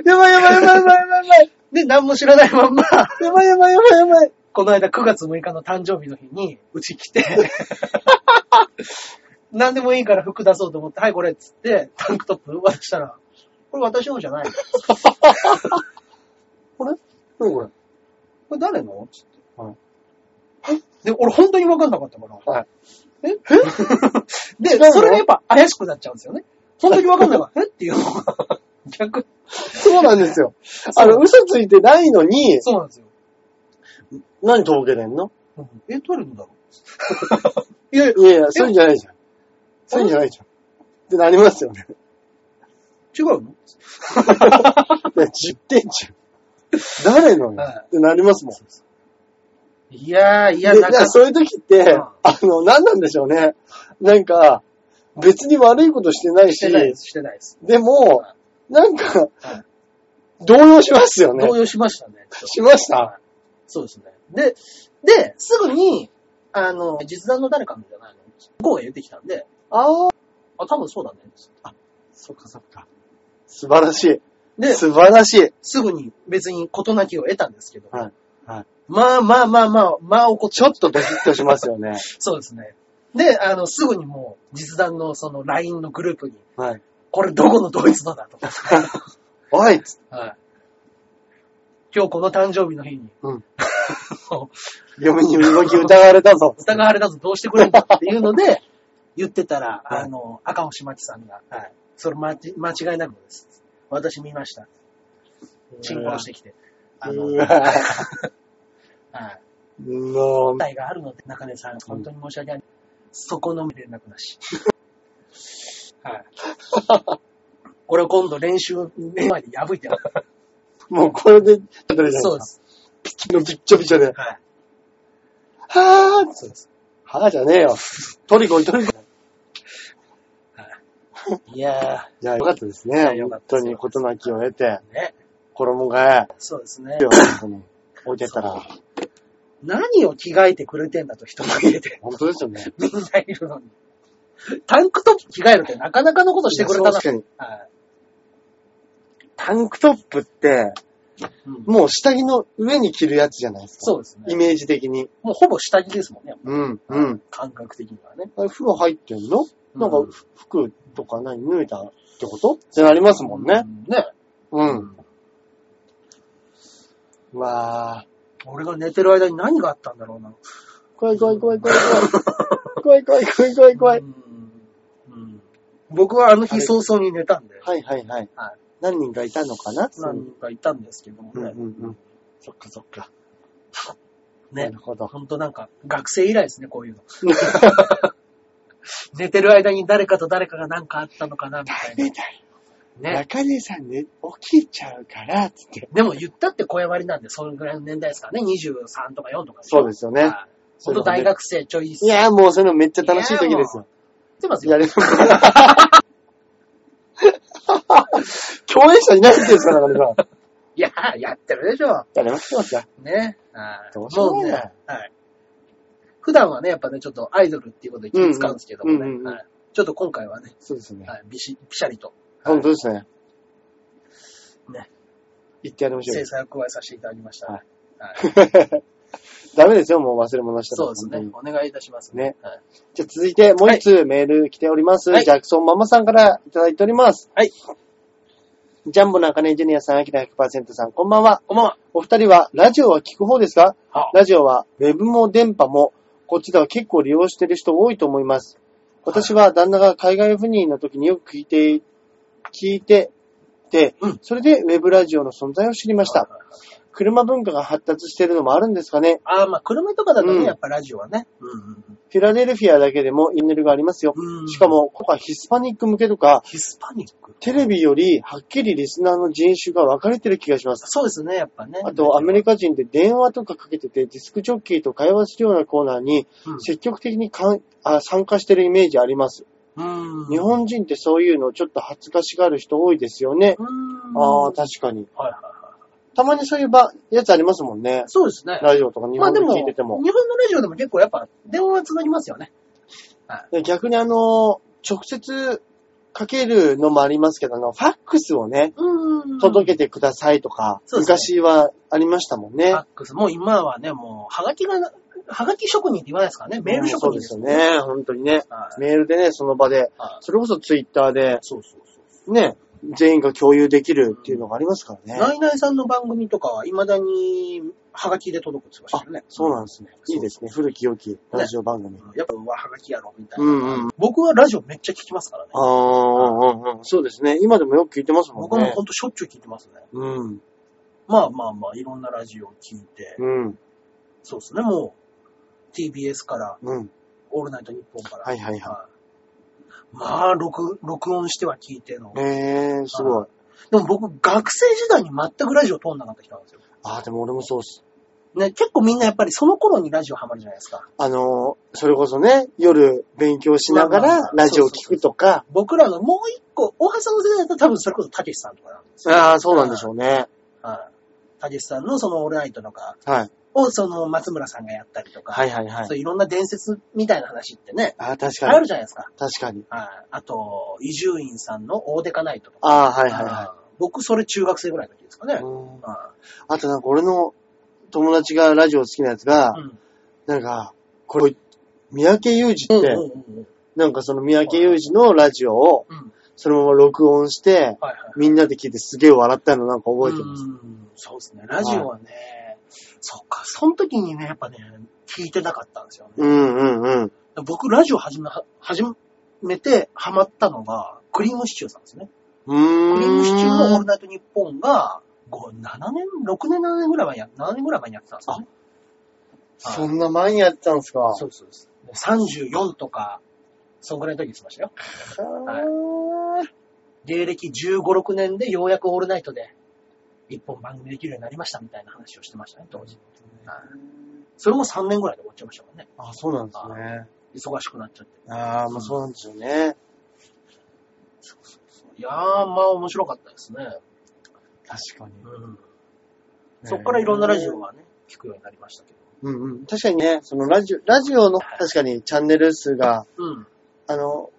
Speaker 2: やばいやばいやばいやばいやばいやばい
Speaker 1: で、何も知らないまんま、
Speaker 2: やばいやばいやばいやばい
Speaker 1: この間9月6日の誕生日の日に、うち
Speaker 2: [laughs]
Speaker 1: 来て、何でもいいから服出そうと思って、はいこれっつって、タンクトップ渡したら、これ私のじゃないの
Speaker 2: 何 [laughs] これ
Speaker 1: これ誰のつって。
Speaker 2: はい
Speaker 1: えで、俺本当に分かんなかったから。
Speaker 2: はい
Speaker 1: ええ
Speaker 2: 誰
Speaker 1: [laughs] で、
Speaker 2: の
Speaker 1: それがやっぱ怪しくなっちゃうんですよね。本当に分かん
Speaker 2: [laughs]
Speaker 1: なかった。えっていうのが、逆。
Speaker 2: そうなんですよ。あの、嘘ついてないのに、
Speaker 1: そうなんですよ。
Speaker 2: 何とぼけてんの
Speaker 1: うんえ、誰のだろ [laughs]
Speaker 2: いやいやいや、そういうんじゃないじゃん。そういうんじゃないじゃん。ってなります [laughs] よね。
Speaker 1: う違うの
Speaker 2: いや、10点じゃん。誰のよ
Speaker 1: はい
Speaker 2: ってなりますもん。
Speaker 1: いやー、いや、
Speaker 2: で
Speaker 1: な
Speaker 2: なん
Speaker 1: か
Speaker 2: か、そういう時って、
Speaker 1: うん
Speaker 2: あの、何なんでしょうね。なんか、別に悪いことしてない
Speaker 1: し
Speaker 2: し、
Speaker 1: てないです、してないです。
Speaker 2: でも、なんか
Speaker 1: は、
Speaker 2: 動揺しますよね。
Speaker 1: 動揺しましたね。
Speaker 2: しました
Speaker 1: そうですね。で、で、すぐに、あの、実弾の誰かのじゃないの向こうが言ってきたんで、
Speaker 2: ああ、
Speaker 1: あ、多分そうだね。あ、そっかそっか。
Speaker 2: 素晴らしい。
Speaker 1: で、
Speaker 2: 素晴らしい。
Speaker 1: すぐに別に事なきを得たんですけど。
Speaker 2: はいはい
Speaker 1: まあまあまあまあ、まあ怒っ
Speaker 2: ちょっとドキッとしますよ
Speaker 1: [laughs]
Speaker 2: ね。
Speaker 1: そうですね。で、あの、すぐにもう、実弾のその LINE のグループに、
Speaker 2: はい。 [laughs]
Speaker 1: これどこのドイツのだと。
Speaker 2: おいっつって
Speaker 1: はい。今日この誕生日の日に、
Speaker 2: 嫁に動き疑われたぞ。
Speaker 1: [laughs] 疑われたぞどうしてくれんだっていうの [laughs] で、言ってたら、あの、赤星真紀さんが、はい。それ間違間違いなくです。私見ました。チンコをしてきて。あの、
Speaker 2: う
Speaker 1: は
Speaker 2: わ
Speaker 1: い。
Speaker 2: [laughs] もう
Speaker 1: 問題があるので、中根さん、本当に申し訳ない。そこの連絡な [laughs] し。はい。これを今度練習前に破いてやる。 [laughs]
Speaker 2: もうこれで、撮れるじゃない
Speaker 1: そう
Speaker 2: で
Speaker 1: ですす。
Speaker 2: か。のびっちょびちょで。
Speaker 1: はい。
Speaker 2: はぁ
Speaker 1: そうです。
Speaker 2: はぁじゃねえよ。トリコイトリコ。
Speaker 1: いや
Speaker 2: いや、よかったです
Speaker 1: や
Speaker 2: ね。
Speaker 1: よか
Speaker 2: 本
Speaker 1: った
Speaker 2: 当
Speaker 1: です
Speaker 2: に事なきを得て、
Speaker 1: ー、ね。
Speaker 2: 衣替
Speaker 1: そうですね
Speaker 2: え、。本当に [laughs] 置いてったら。
Speaker 1: 何を着替えてくれてんだと人が入
Speaker 2: [laughs]
Speaker 1: れて、
Speaker 2: 本当ですよね。
Speaker 1: みんないるのに。タンクトップ着替えるってなかなかのことしてくれたな。
Speaker 2: 確かに。
Speaker 1: はい。
Speaker 2: タンクトップって、
Speaker 1: うん
Speaker 2: もう下着の上に着るやつじゃないですか。
Speaker 1: そうです
Speaker 2: イ
Speaker 1: ね。
Speaker 2: メージ的に。
Speaker 1: もうほぼ下着ですもんね。
Speaker 2: うん、うん。
Speaker 1: 感覚的にはね。
Speaker 2: あれ、風呂入ってんのなん
Speaker 1: う
Speaker 2: か、ふ服とか何脱いだってことってなりますもんね
Speaker 1: う。んね。
Speaker 2: うん。うわ
Speaker 1: 俺が寝てる間に何があったんだろうな。
Speaker 2: ぁ。怖い怖い怖い怖い
Speaker 1: [laughs]
Speaker 2: 怖い。怖い怖い怖い怖い怖い。
Speaker 1: うんうん僕はあの
Speaker 2: あ
Speaker 1: 日
Speaker 2: れ
Speaker 1: 早々に寝たんで、
Speaker 2: はいはいはい
Speaker 1: はい。
Speaker 2: 何人かいたのかな
Speaker 1: 何人かいたんですけども
Speaker 2: うんう
Speaker 1: ね。
Speaker 2: んうん。そっかそっか。な
Speaker 1: ね
Speaker 2: る。ほど。
Speaker 1: ほんとなんか、学生以来ですね、こ
Speaker 2: [laughs]
Speaker 1: ういうの。寝てる間に誰かと誰かが何かあったのかな、みたいな。ね。
Speaker 2: 中根さんね、起きちゃうから、つって。
Speaker 1: でも言ったって声割りなんで、そのぐらいの年代ですからね。23とか4とか。
Speaker 2: そうですよね。
Speaker 1: はい。ほんと大学生ちょいっす
Speaker 2: いやーもうそういうのめっちゃ楽しい時ですよ。
Speaker 1: って
Speaker 2: [laughs]
Speaker 1: ます
Speaker 2: い
Speaker 1: よ。
Speaker 2: や、でも。共演者いないってですから、中根さん。
Speaker 1: いや、やってるでしょ。
Speaker 2: やりますよ、じゃあ
Speaker 1: ね。はい
Speaker 2: どうしようも
Speaker 1: も
Speaker 2: な
Speaker 1: う
Speaker 2: い
Speaker 1: ね、はい。普段はね、やっぱね、ちょっとアイドルっていうことで気を使うんですけども
Speaker 2: うんうんうんうん
Speaker 1: ね。はいちょっと今回はね、
Speaker 2: そうですね。
Speaker 1: はい、びし、ぴしゃりと、はい
Speaker 2: 本当ですね。
Speaker 1: ね。
Speaker 2: 言ってやりましょう
Speaker 1: 制
Speaker 2: よ。
Speaker 1: 裁を加えさせていただきました。
Speaker 2: は
Speaker 1: はいい。
Speaker 2: ダメですよ、もう忘れ物したら。
Speaker 1: そうですね
Speaker 2: 本。当に
Speaker 1: お願いいたします。
Speaker 2: ね
Speaker 1: はい。
Speaker 2: じゃあ続いて、もう一通メール来ております。
Speaker 1: はい
Speaker 2: ジャクソンママさんからいただいております。
Speaker 1: はい。
Speaker 2: ジャンボ中根ジュニアさん、アキラ100%さん、こんばんは。
Speaker 1: こんばんは。
Speaker 2: お二人は、ラジオは聞く方ですか
Speaker 1: あ
Speaker 2: ラジオは、ウェブも電波も、こっちでは結構利用してる人多いと思います。私は旦那が海外赴任の時によく聞いて、聞いてて、
Speaker 1: うん
Speaker 2: それでウェブラジオの存在を知りました。
Speaker 1: はいはいはい
Speaker 2: 車文化が発達してるのもあるんですかね。
Speaker 1: ああ、まあ、車とかだと
Speaker 2: うん
Speaker 1: ね、やっぱラジオはね。うん
Speaker 2: フィラデルフィアだけでもインネルがありますよ。
Speaker 1: うんうん。
Speaker 2: しか、も、ここはヒスパニック向けとか、
Speaker 1: ヒスパニック。
Speaker 2: テレビよりはっきりリスナーの人種が分かれてる気がします。
Speaker 1: そうですね、やっぱね。
Speaker 2: あと、アメリカ人で電話とかかけてて、ディスクジョッキーと会話するようなコーナーに
Speaker 1: うん
Speaker 2: 積極的にかんあ参加してるイメージあります。
Speaker 1: うん。
Speaker 2: 日本人ってそういうのちょっと恥ずかしがる人多いですよね。
Speaker 1: うん。
Speaker 2: ああ、確かに。
Speaker 1: はいはいはい。
Speaker 2: たまにそういう場、やつありますもんね。
Speaker 1: そうですね。
Speaker 2: ラジオとか日
Speaker 1: まあ
Speaker 2: 本
Speaker 1: で
Speaker 2: で
Speaker 1: も、
Speaker 2: 聞
Speaker 1: 日
Speaker 2: い
Speaker 1: 本
Speaker 2: てても。
Speaker 1: のラジオでも結構やっぱ電話は繋ぎますよね。
Speaker 2: で逆にあの、直接かけるのもありますけど、あの、ファックスをね、
Speaker 1: うん
Speaker 2: 届
Speaker 1: け
Speaker 2: けてくださいとか、
Speaker 1: そうですね
Speaker 2: 昔はありましたもんね
Speaker 1: ファ。ックス。もう今はね、もう、はがきが、はがき職人って言わないですからね。メール職
Speaker 2: そう
Speaker 1: 人
Speaker 2: で
Speaker 1: です
Speaker 2: よ
Speaker 1: すよね。
Speaker 2: ね。本当にね。
Speaker 1: はい
Speaker 2: メールでね、その場で、
Speaker 1: はい
Speaker 2: それこそツイッターで、
Speaker 1: そうそうそう。
Speaker 2: ね、全員が共有できるっていうのがありますからね。
Speaker 1: ナイナイさんの番組とかは未だにハガキで届くって言ってましたよね。
Speaker 2: そうなんですね。いいですね。古き良きラジオ番組。
Speaker 1: うんやっぱうわ、ハガキやろ、みたいうな。
Speaker 2: んうん。
Speaker 1: 僕はラジオめっちゃ聞きますからね。
Speaker 2: ああ、うんうんうんそうですね。今でもよく聞いてますも
Speaker 1: 僕
Speaker 2: ん
Speaker 1: はもう
Speaker 2: ね
Speaker 1: ほ。んとしょっちゅう聞いてますね。
Speaker 2: うん。
Speaker 1: まあまあまあ、いろんなラジオを聞いて、
Speaker 2: うん。
Speaker 1: そうですね、もう、TBS から、
Speaker 2: うん。
Speaker 1: オールナイトニッポンから。
Speaker 2: はいはいは
Speaker 1: はいまあ、録、録音しては聞いての
Speaker 2: い。。へえ、すごい。
Speaker 1: でも僕、学生時代に全くラジオ通んなかった人なんですよ。
Speaker 2: ああ、でも俺もそうっす。
Speaker 1: ね、結構みんなやっぱりその頃にラジオハマるじゃないですか。
Speaker 2: あの、それこそね、夜勉強しなが
Speaker 1: まあまあま
Speaker 2: ら
Speaker 1: あ
Speaker 2: ラジオ聞くとか、
Speaker 1: 僕らのもう一個、大橋さんの世代だと多分それこそたけしさんとかなんですよ。
Speaker 2: ああ、そうなんでしょうね。
Speaker 1: はい。たけしさんのそのオールナイトとか
Speaker 2: はい。
Speaker 1: をその松村さんがやったりとか、
Speaker 2: はいはいはい
Speaker 1: そう。いろんな伝説みたいな話ってね、
Speaker 2: ああ、確
Speaker 1: 流
Speaker 2: か
Speaker 1: 行
Speaker 2: に。
Speaker 1: るじゃないですか。
Speaker 2: 確かに。
Speaker 1: はい。あと、伊集院さんの大デカナイトとか。
Speaker 2: ああ、はいはいは
Speaker 1: うん僕それ中学生ぐらいの時ですかね
Speaker 2: い。。うん
Speaker 1: は
Speaker 2: あとなんか俺の友達がラジオ好きなやつが
Speaker 1: い。、うん。
Speaker 2: なんか、これ、三宅裕二って、
Speaker 1: うんうんうん
Speaker 2: なんかその三宅裕二のラジオを
Speaker 1: うん。
Speaker 2: そのまま録音して、
Speaker 1: はいはい。
Speaker 2: みんなで聞いてすげえ笑ったのなんか覚えてます。
Speaker 1: うんそうですね。ラジオはね、そっか、その時にね、やっぱね、聞いてなかったんですよね。
Speaker 2: うんうんうん。
Speaker 1: 僕、ラジオ始め、始めてハマったのが、クリームシチューさんですね。
Speaker 2: うーん。
Speaker 1: クリームシチューのオールナイトニッポンが、5、7年 ?6 年、7年ぐらい前や、7年ぐらい前にやってたんですよね。
Speaker 2: そんな前にやってたんですか。
Speaker 1: そうそうです。34とか、そんぐらいの時にしましたよ。
Speaker 2: は
Speaker 1: 芸歴15、6年でようやくオールナイトで、一本番組できるようになりましたみたいな話をしてましたね、当時。はいそれも3年ぐらいで終わっちゃいましたもんね。
Speaker 2: あ、あそうなんですね。
Speaker 1: 忙しくなっちゃって。
Speaker 2: ああ、まあそうなんですよね。
Speaker 1: いやー、まあ面白かったですね。
Speaker 2: 確かに。
Speaker 1: うん。そっからいろんなラジオはね、聞くようになりましたけ
Speaker 2: うんうん。確かにね、そのラジオ、ラジオの確かにチャンネル数が、
Speaker 1: ど。うん。
Speaker 2: あの、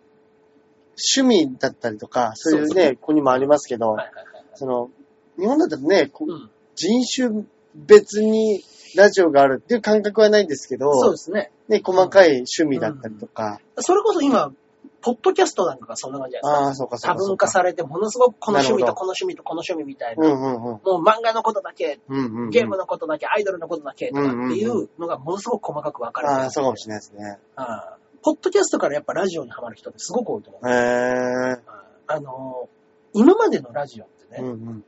Speaker 2: 趣味だったりとか、そういう
Speaker 1: そうで
Speaker 2: ね、ここにもありますけど、
Speaker 1: はいはいはい。
Speaker 2: その、日本だったらね、こ
Speaker 1: うん。
Speaker 2: 人種別にラジオがあるっていう感覚はないんですけど、
Speaker 1: そうですね。
Speaker 2: ね、細かい趣味だったりとか、
Speaker 1: それこそ今、ポッドキャストなんかがそんな感じじゃない
Speaker 2: あ
Speaker 1: で
Speaker 2: あ、そうか
Speaker 1: す
Speaker 2: そ
Speaker 1: か。
Speaker 2: う
Speaker 1: 多
Speaker 2: かそ
Speaker 1: 文
Speaker 2: う
Speaker 1: 化
Speaker 2: か。
Speaker 1: されて、ものすごくこの趣味
Speaker 2: なる
Speaker 1: と
Speaker 2: ほ
Speaker 1: この趣味とこの趣味みたいうな。
Speaker 2: んうんうん。
Speaker 1: もう漫画のことだけ、
Speaker 2: うんうん、うん。
Speaker 1: ゲームのことだけ、アイドルのことだけとかってい
Speaker 2: んうん
Speaker 1: ううのがものすごく細かく分かれてる
Speaker 2: ああ、そうかもしれないですね。
Speaker 1: あーポッドキャストからやっぱラジオにハマる人ってすごく多いと思う。
Speaker 2: へえ。
Speaker 1: あのー、今までのラジオってね、
Speaker 2: うんうん。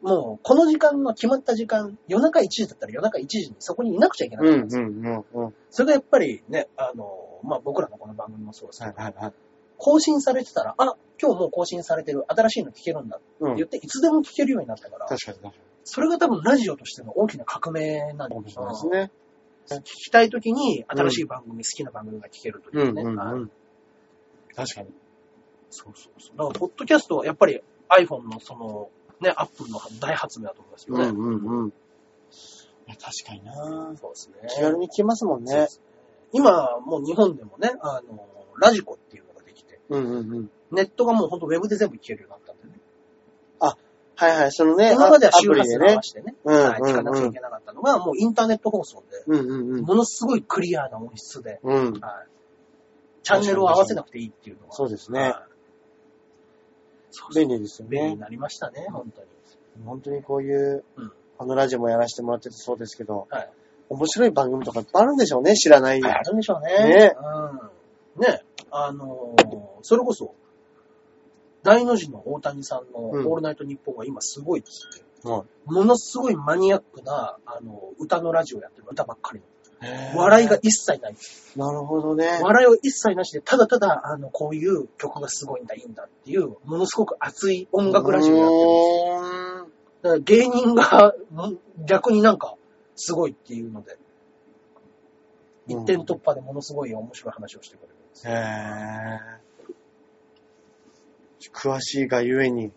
Speaker 1: もう、この時間の決まった時間、夜中1時だったら夜中1時にそこにいなくちゃいけな
Speaker 2: う
Speaker 1: い
Speaker 2: ん
Speaker 1: んです
Speaker 2: う
Speaker 1: よ。
Speaker 2: んうんうん。
Speaker 1: それがやっぱりね、あの、まあ、僕らのこの番組もそうですけ
Speaker 2: は
Speaker 1: ど
Speaker 2: い、はいはい。
Speaker 1: 更新されてたら、あ、今日もう更新されてる、新しいの聞けるんだって
Speaker 2: うん。
Speaker 1: 言って、いつでも聞けるようになったから、
Speaker 2: 確かに確かに。
Speaker 1: それが多分ラジオとしての大きな革命なん
Speaker 2: かも
Speaker 1: で
Speaker 2: し
Speaker 1: す
Speaker 2: れ
Speaker 1: よ
Speaker 2: ないですね。
Speaker 1: 聞きたい時に、新しい番組、好きな番組が聞けると
Speaker 2: う
Speaker 1: いうんね。
Speaker 2: うんう
Speaker 1: あ
Speaker 2: ん。確かに。
Speaker 1: そうそうそう。だから、ポッドキャストはやっぱり iPhone のその、ね、Apple の大発明だと思いますよ
Speaker 2: う
Speaker 1: ね。
Speaker 2: んうんうん。いや、確かにな
Speaker 1: そうですね。
Speaker 2: 気軽に聞けますもん
Speaker 1: そうで
Speaker 2: ね。
Speaker 1: すね。今、もう日本でもね、あの、ラジコっていうのができて、
Speaker 2: うんうんうん。
Speaker 1: ネットがもうほんとウェブで全部聞けるようになったんでね。
Speaker 2: はいはい、そのね、
Speaker 1: 今までは
Speaker 2: ア
Speaker 1: 周
Speaker 2: プ
Speaker 1: 波
Speaker 2: リ
Speaker 1: 数
Speaker 2: で
Speaker 1: 流
Speaker 2: ね。
Speaker 1: してね、
Speaker 2: うんうん
Speaker 1: はい聞かなくちゃいけなかったのが、もうインターネット放送で、
Speaker 2: うんうんうん。
Speaker 1: ものすごいクリアな音質で、
Speaker 2: うん。
Speaker 1: はいチャンネルを合わせなくていいっていうのは。
Speaker 2: そうですね
Speaker 1: はいそうそう
Speaker 2: 便利ですよ
Speaker 1: 便利に
Speaker 2: ね。
Speaker 1: なりましたね、本当に。
Speaker 2: 本当にこういう
Speaker 1: うん、
Speaker 2: あのラジオもやらせてもらっててそうですけど
Speaker 1: はい、面
Speaker 2: 面白い番組とかいっぱいあるんでしょうね、知らない。
Speaker 1: あるんでしょうね。
Speaker 2: ね
Speaker 1: うん。ね、あのーそれこそ、大の字の大谷さんの
Speaker 2: うん
Speaker 1: オールナイトニッポンが今すごいっつって、
Speaker 2: は
Speaker 1: ものすごいマニアックな、あの、歌のラジオやってる歌ばっかりの。笑
Speaker 2: 笑
Speaker 1: いが。一切ない。
Speaker 2: なるほどね。
Speaker 1: 笑いを一切なしで、ただただ、あの、こういう曲がすごいんだ、いいんだっていう、ものすごく熱い音楽ラジオやってる。
Speaker 2: うーん
Speaker 1: だから芸人が、 [laughs] ん逆になんか、すごいっていうので、
Speaker 2: うん
Speaker 1: 一点突破でものすごい面白い話をしてくれるんですよ。
Speaker 2: へー詳しいがゆえに。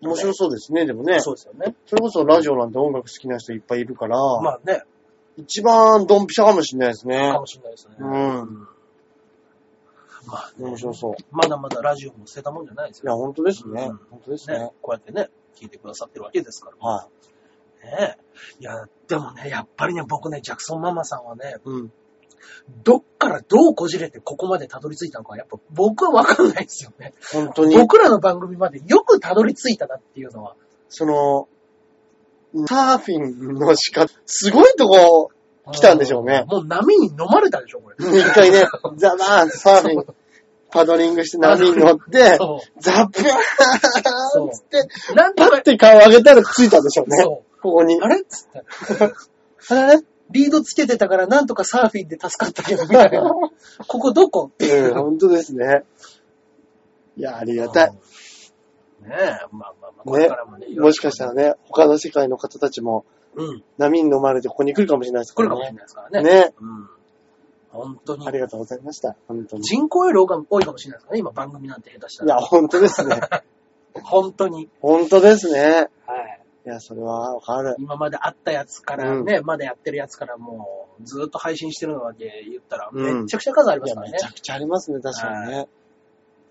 Speaker 2: 面白そうですね、でもね。
Speaker 1: そうですよね。
Speaker 2: それこそラジオなんて音楽好きな人いっぱいいるから、
Speaker 1: まあね、
Speaker 2: 一番ドンピシャかもしれないですね
Speaker 1: か。もしれないですね。
Speaker 2: うん
Speaker 1: まあ、
Speaker 2: 面白そう。い
Speaker 1: まだまだラジオも捨てたもんじゃないです
Speaker 2: や、
Speaker 1: よ。
Speaker 2: 本当ですね
Speaker 1: うん。
Speaker 2: 本当です
Speaker 1: ね
Speaker 2: ね。、
Speaker 1: こうやってね、聞いてくださってるわけですから。
Speaker 2: はい。
Speaker 1: ねいや、でもね、やっぱりね、僕ね、ジャクソンママさんはね、
Speaker 2: うん。
Speaker 1: どっからどうこじれてここまでたどり着いたのか、やっぱ僕はわかんないですよね。
Speaker 2: 本当に、
Speaker 1: 僕らの番組までよくたどり着いたなっていうのは、
Speaker 2: その、サーフィンの仕方、すごいとこ、来たんでしょうね
Speaker 1: もう波に飲まれたでしょ、これ。
Speaker 2: 一回
Speaker 1: [laughs]
Speaker 2: ね、ザバーンサーフィン、パドリングして波に乗って、
Speaker 1: そ
Speaker 2: ザブーンつって、
Speaker 1: う。なん
Speaker 2: パ [laughs] ッ
Speaker 1: とか、
Speaker 2: て顔上げたらついたんでしょうね。
Speaker 1: そ
Speaker 2: ここに
Speaker 1: う。あ。 [laughs] れっつって。
Speaker 2: あれね。
Speaker 1: リードつけてたからなんとかサーフィンで助かったけど、み
Speaker 2: [laughs]
Speaker 1: たいな。ここどこ
Speaker 2: うん、本当ですね。いや、ありがたい。
Speaker 1: ねえ、まあまあまあ、これからもね、
Speaker 2: もしかしたらね、他の世界の方たちも、
Speaker 1: うん。
Speaker 2: 波に飲まれてここに来るかもしれないです
Speaker 1: 来
Speaker 2: か
Speaker 1: る
Speaker 2: ら
Speaker 1: かもしれ
Speaker 2: ね。
Speaker 1: ないですからね。
Speaker 2: ね。
Speaker 1: うん。本当に
Speaker 2: あ。りがとうございました。本当に。い
Speaker 1: 人口より多いか多いかもしれないですからね、今番組なんて下手した
Speaker 2: や、
Speaker 1: ら。
Speaker 2: 本当ですね。
Speaker 1: 本当に。
Speaker 2: 本当ですね。
Speaker 1: はい。
Speaker 2: いや、それはわかる。
Speaker 1: 今まであったやつからね、まだやってるやつからもう、ずーっと配信してるので言ったら、
Speaker 2: うん
Speaker 1: めっちゃくちゃ数ありま
Speaker 2: い
Speaker 1: す
Speaker 2: や、
Speaker 1: から
Speaker 2: め
Speaker 1: ね
Speaker 2: ち。ゃくちゃありますね、確かにね。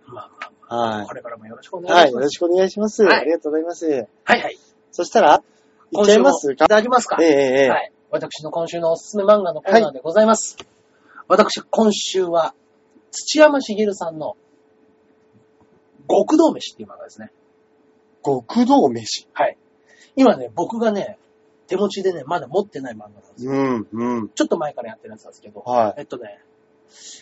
Speaker 1: まあまあまあ、
Speaker 2: は
Speaker 1: これからもよろしくお
Speaker 2: い。は
Speaker 1: 願い
Speaker 2: い、
Speaker 1: し
Speaker 2: よ
Speaker 1: ま
Speaker 2: ろ
Speaker 1: す。
Speaker 2: しくお願いします。
Speaker 1: はい
Speaker 2: ありがとうございます。
Speaker 1: はいはい。
Speaker 2: そしたら、いっちゃいます
Speaker 1: 今週もい
Speaker 2: か
Speaker 1: ただきますか。
Speaker 2: ええええ。
Speaker 1: はい。私の今週のおすすめ漫画のコーナーでございます。私、今週は、土山茂さんの、極道飯っていう漫画ですね。
Speaker 2: 極道飯。
Speaker 1: 今ね、僕がね、手持ちでね、まだ持ってない漫画なんですよ。
Speaker 2: うん、うん。
Speaker 1: ちょっと前からやってるやつなんですけど、
Speaker 2: は
Speaker 1: えっとね、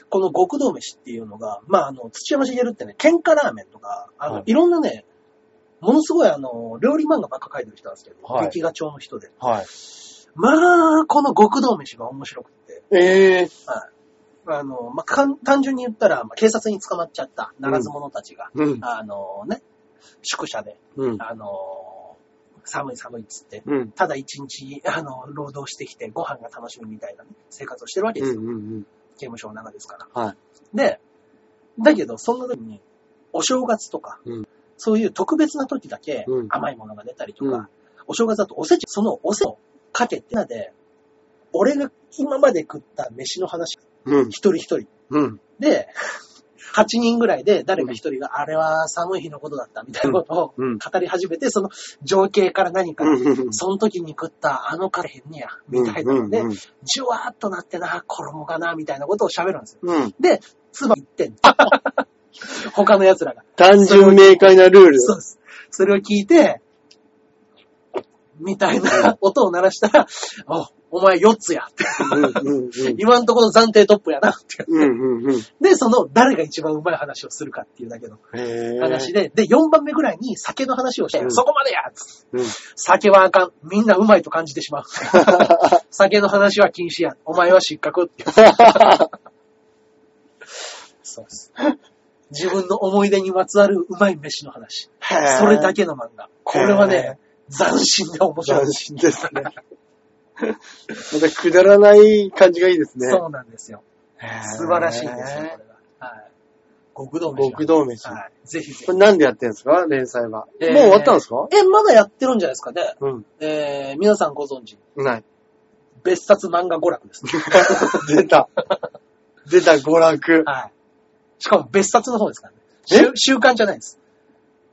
Speaker 1: この極道飯っていうのが、まあ、あの、土山茂ってね、喧嘩ラーメンとか、あの、
Speaker 2: はい
Speaker 1: い、ろんなね、ものすごいあの、料理漫画ばっか書いてる人なんですけど、
Speaker 2: はい
Speaker 1: 劇画調の人で。
Speaker 2: い。はい。
Speaker 1: まあ、この極道飯が面白くて、
Speaker 2: ええ
Speaker 1: あの、まあ、かん単純に言ったら、まあ、警察に捕まっちゃった、ならず者たちが、
Speaker 2: うん、
Speaker 1: あのね、宿舎で、
Speaker 2: うん、
Speaker 1: あの、寒い寒いっつって、
Speaker 2: うん。
Speaker 1: ただ一日、あの、労働してきて、ご飯が楽しみみたいな、ね、生活をしてるわけ
Speaker 2: う
Speaker 1: ですよ。
Speaker 2: ん、うん、
Speaker 1: 刑務所の中ですから。
Speaker 2: はい。
Speaker 1: で、だけど、そんな時に、お正月とか、
Speaker 2: うん
Speaker 1: そういう特別な時だけ
Speaker 2: うん
Speaker 1: 甘いものが出たりとか、
Speaker 2: うん
Speaker 1: お正月だとおせち、そのおせちをかけて、みんなで、俺が今まで食った飯の話、
Speaker 2: うん
Speaker 1: 一、人一人。
Speaker 2: うん。
Speaker 1: で、8人ぐらいで誰か一人が、あれは寒い日のことだったみたいなことを
Speaker 2: うんうん
Speaker 1: 語り始めて、その情景から何か、
Speaker 2: うん
Speaker 1: その時に食ったあのカレーねや、みたいなので、じゅわーっとなってな、衣がな、みたいなことを喋るんですよ。
Speaker 2: うん。
Speaker 1: で、唾言ってんの [laughs] 他の奴らが。
Speaker 2: 単純明快なルール。
Speaker 1: そうです。それを聞いて、みたいな音を鳴らしたら、あお前4つやって。
Speaker 2: うん、うん、うん。
Speaker 1: 今んところ暫定トップやなって。
Speaker 2: うん、うん、うん。
Speaker 1: で、その、誰が一番うまい話をするかっていうだけの
Speaker 2: へえ。
Speaker 1: 話で、で、4番目ぐらいに酒の話をして、
Speaker 2: うん
Speaker 1: そこまでやつって
Speaker 2: うん
Speaker 1: 酒はあかん。みんなうまいと感じてしまう。
Speaker 2: [laughs]
Speaker 1: 酒の話は禁止や。お前は失
Speaker 2: [laughs]
Speaker 1: 格って。そうです。自分の思い出にまつわるうまい飯の話。
Speaker 2: へー
Speaker 1: それだけの漫画。これはね、斬新で面白い
Speaker 2: 斬。新ですね。 [laughs] またくだらない感じがいいですね。
Speaker 1: そうなんですよ。
Speaker 2: へー
Speaker 1: 素晴らしいんですよ、これが。はい。極道飯。
Speaker 2: 極道飯。
Speaker 1: はい。ぜひぜひ
Speaker 2: こ。れなんでやってるんですか連載は。
Speaker 1: えー
Speaker 2: もう終わったんですか
Speaker 1: え、まだやってるんじゃないですかね。
Speaker 2: うん。
Speaker 1: えー、皆さんご存知、
Speaker 2: ない。
Speaker 1: 別冊漫画娯楽です。
Speaker 2: 出た。出た、娯楽。
Speaker 1: はい。しかも別冊の方ですからね。
Speaker 2: え
Speaker 1: 週週刊じゃないです。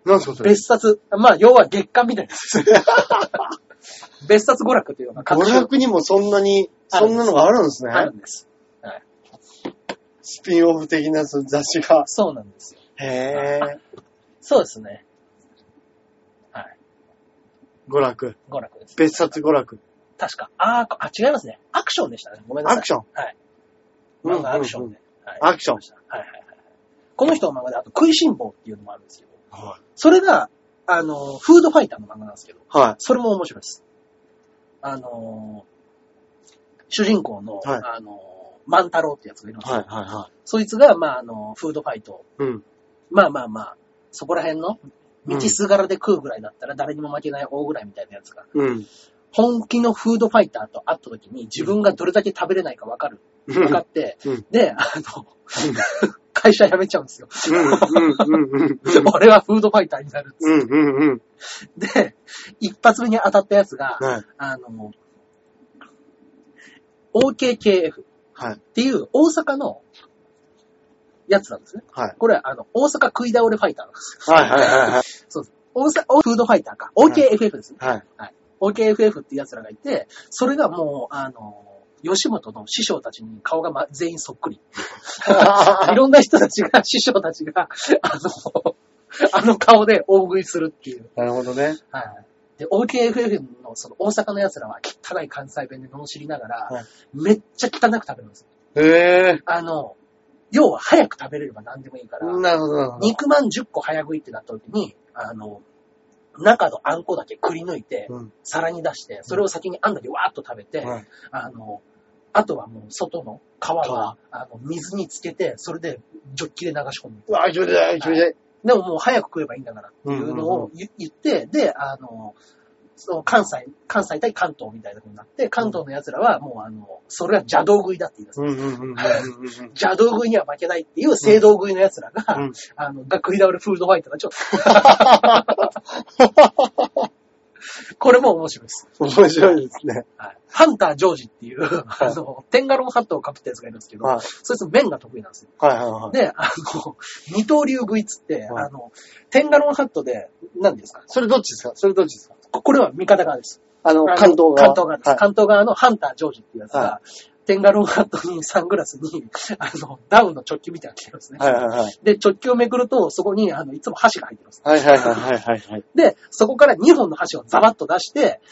Speaker 2: 何すかそれ。
Speaker 1: 別冊。まあ、要は月刊みたいです。 [laughs] 別冊娯楽というのが各
Speaker 2: 娯
Speaker 1: 種
Speaker 2: 楽にもそんなに、
Speaker 1: ある
Speaker 2: そ
Speaker 1: んです
Speaker 2: んなのがあるんですね。
Speaker 1: あるんです。
Speaker 2: スピンオフ的なその雑誌が。
Speaker 1: そうなんですよ。
Speaker 2: へぇ
Speaker 1: そうですね。はい。
Speaker 2: ー。娯楽。
Speaker 1: 娯楽です。
Speaker 2: 別冊娯楽。
Speaker 1: 確か。あーあ、違いますね。アクションでしたね。ごめんなさい。
Speaker 2: アクション。
Speaker 1: はい。
Speaker 2: うん
Speaker 1: 漫画アクションで。はい
Speaker 2: アクション
Speaker 1: はいはいはい。この人の漫画で、あと、食いしん坊っていうのもあるんですけど、
Speaker 2: は
Speaker 1: それが、あの、フードファイターの漫画なんですけど、
Speaker 2: い。は
Speaker 1: それも面白いです。あのー主人公の、
Speaker 2: はい
Speaker 1: あのー万太郎ってやつがいるん
Speaker 2: い。
Speaker 1: ですよ。
Speaker 2: はい、はい、は
Speaker 1: そいつが、まあ、あの、フードファイトを、
Speaker 2: い。うん。
Speaker 1: まあまあまあ、そこら辺の、
Speaker 2: うん
Speaker 1: 道すがらで食うぐらいだったら誰にも負けない大ぐらいみたいなやつが、
Speaker 2: うん。
Speaker 1: 本気のフードファイターと会った時に自分がどれだけ食べれないか分かる。分かって、
Speaker 2: うん
Speaker 1: で、あの、会社辞めちゃうんですよ。
Speaker 2: うん、うん、うん、うん。
Speaker 1: [laughs] 俺はフードファイターになるっつ
Speaker 2: うん、うん、うん。
Speaker 1: って。で、一発目に当たったやつが、
Speaker 2: はい。
Speaker 1: あの、OKKF っ
Speaker 2: はい。
Speaker 1: ていう大阪のやつなんですね。
Speaker 2: はい。
Speaker 1: これはあの、大阪食い倒れファイター [laughs] なんですよ。
Speaker 2: はい、はい、はい、はい。
Speaker 1: 大阪、おフードファイターか。OKFF ですね。
Speaker 2: はい。
Speaker 1: OKFF ってやつらがいて、それがもう、あの、吉本の師匠たちに顔が、ま、全員そっくり。いろんな人たちが、師匠たちが、あの、あの顔で大食いするっていう。
Speaker 2: なるほどね。
Speaker 1: はい。で、OKFF のその大阪の奴らは汚い関西弁で罵りながら、
Speaker 2: はい
Speaker 1: めっちゃ汚く食べるんですよ。
Speaker 2: へ
Speaker 1: あの、要は早く食べれれば何でもいいから、
Speaker 2: ー。なるほど、なるほど。
Speaker 1: 肉まん10個早食いってなった時に、あの、中のあんこだけくり抜いて、
Speaker 2: うん。
Speaker 1: 皿に出して、それを先にあんだけわーっと食べて、
Speaker 2: はい。
Speaker 1: あの、あとはもう外の皮は
Speaker 2: 皮、
Speaker 1: あの、水につけて、それでジョッキで流し込む。
Speaker 2: うわ、気持ち悪い、気持ち悪い。
Speaker 1: でももう早く食えばいいんだからってい
Speaker 2: うんう
Speaker 1: うの
Speaker 2: んう
Speaker 1: を言言って、で、あの、その関西、関西対関東みたいな風になって、関東の奴らはもうあの、それは邪道食いだって言い出す。
Speaker 2: うんうんうんうんうんうん。
Speaker 1: 邪道食いには負けないっていう正道食いの奴らが、
Speaker 2: うん
Speaker 1: あの、が食い倒れフードファイトになっちゃ [laughs] う。これも面白いです。
Speaker 2: 面白いですね。
Speaker 1: はいハンター・ジョージっていう、あの、テンガロンハットをかぶったやつがいるんですけど、
Speaker 2: はい。
Speaker 1: そいつ麺が得意なんですよ。
Speaker 2: はいはいはい。
Speaker 1: で、あの、二刀流食いっつって、
Speaker 2: はい
Speaker 1: あの、テンガロンハットで、何ですか
Speaker 2: それどっちですかそれどっちですか
Speaker 1: ここれは味方側です。
Speaker 2: あの、
Speaker 1: あの
Speaker 2: 関東が。
Speaker 1: 関東側です。関東側のハンター・ジョージっていうやつが、
Speaker 2: は
Speaker 1: テンガロンハットにサングラスに、あの、ダウンの直球みたいなの着てるんですね。
Speaker 2: はいはいはいはい。
Speaker 1: で、直球をめくると、そこに、あの、いつも箸が入ってます。
Speaker 2: はいはいはいはいはい。
Speaker 1: で、そこから2本の箸をザバッと出して、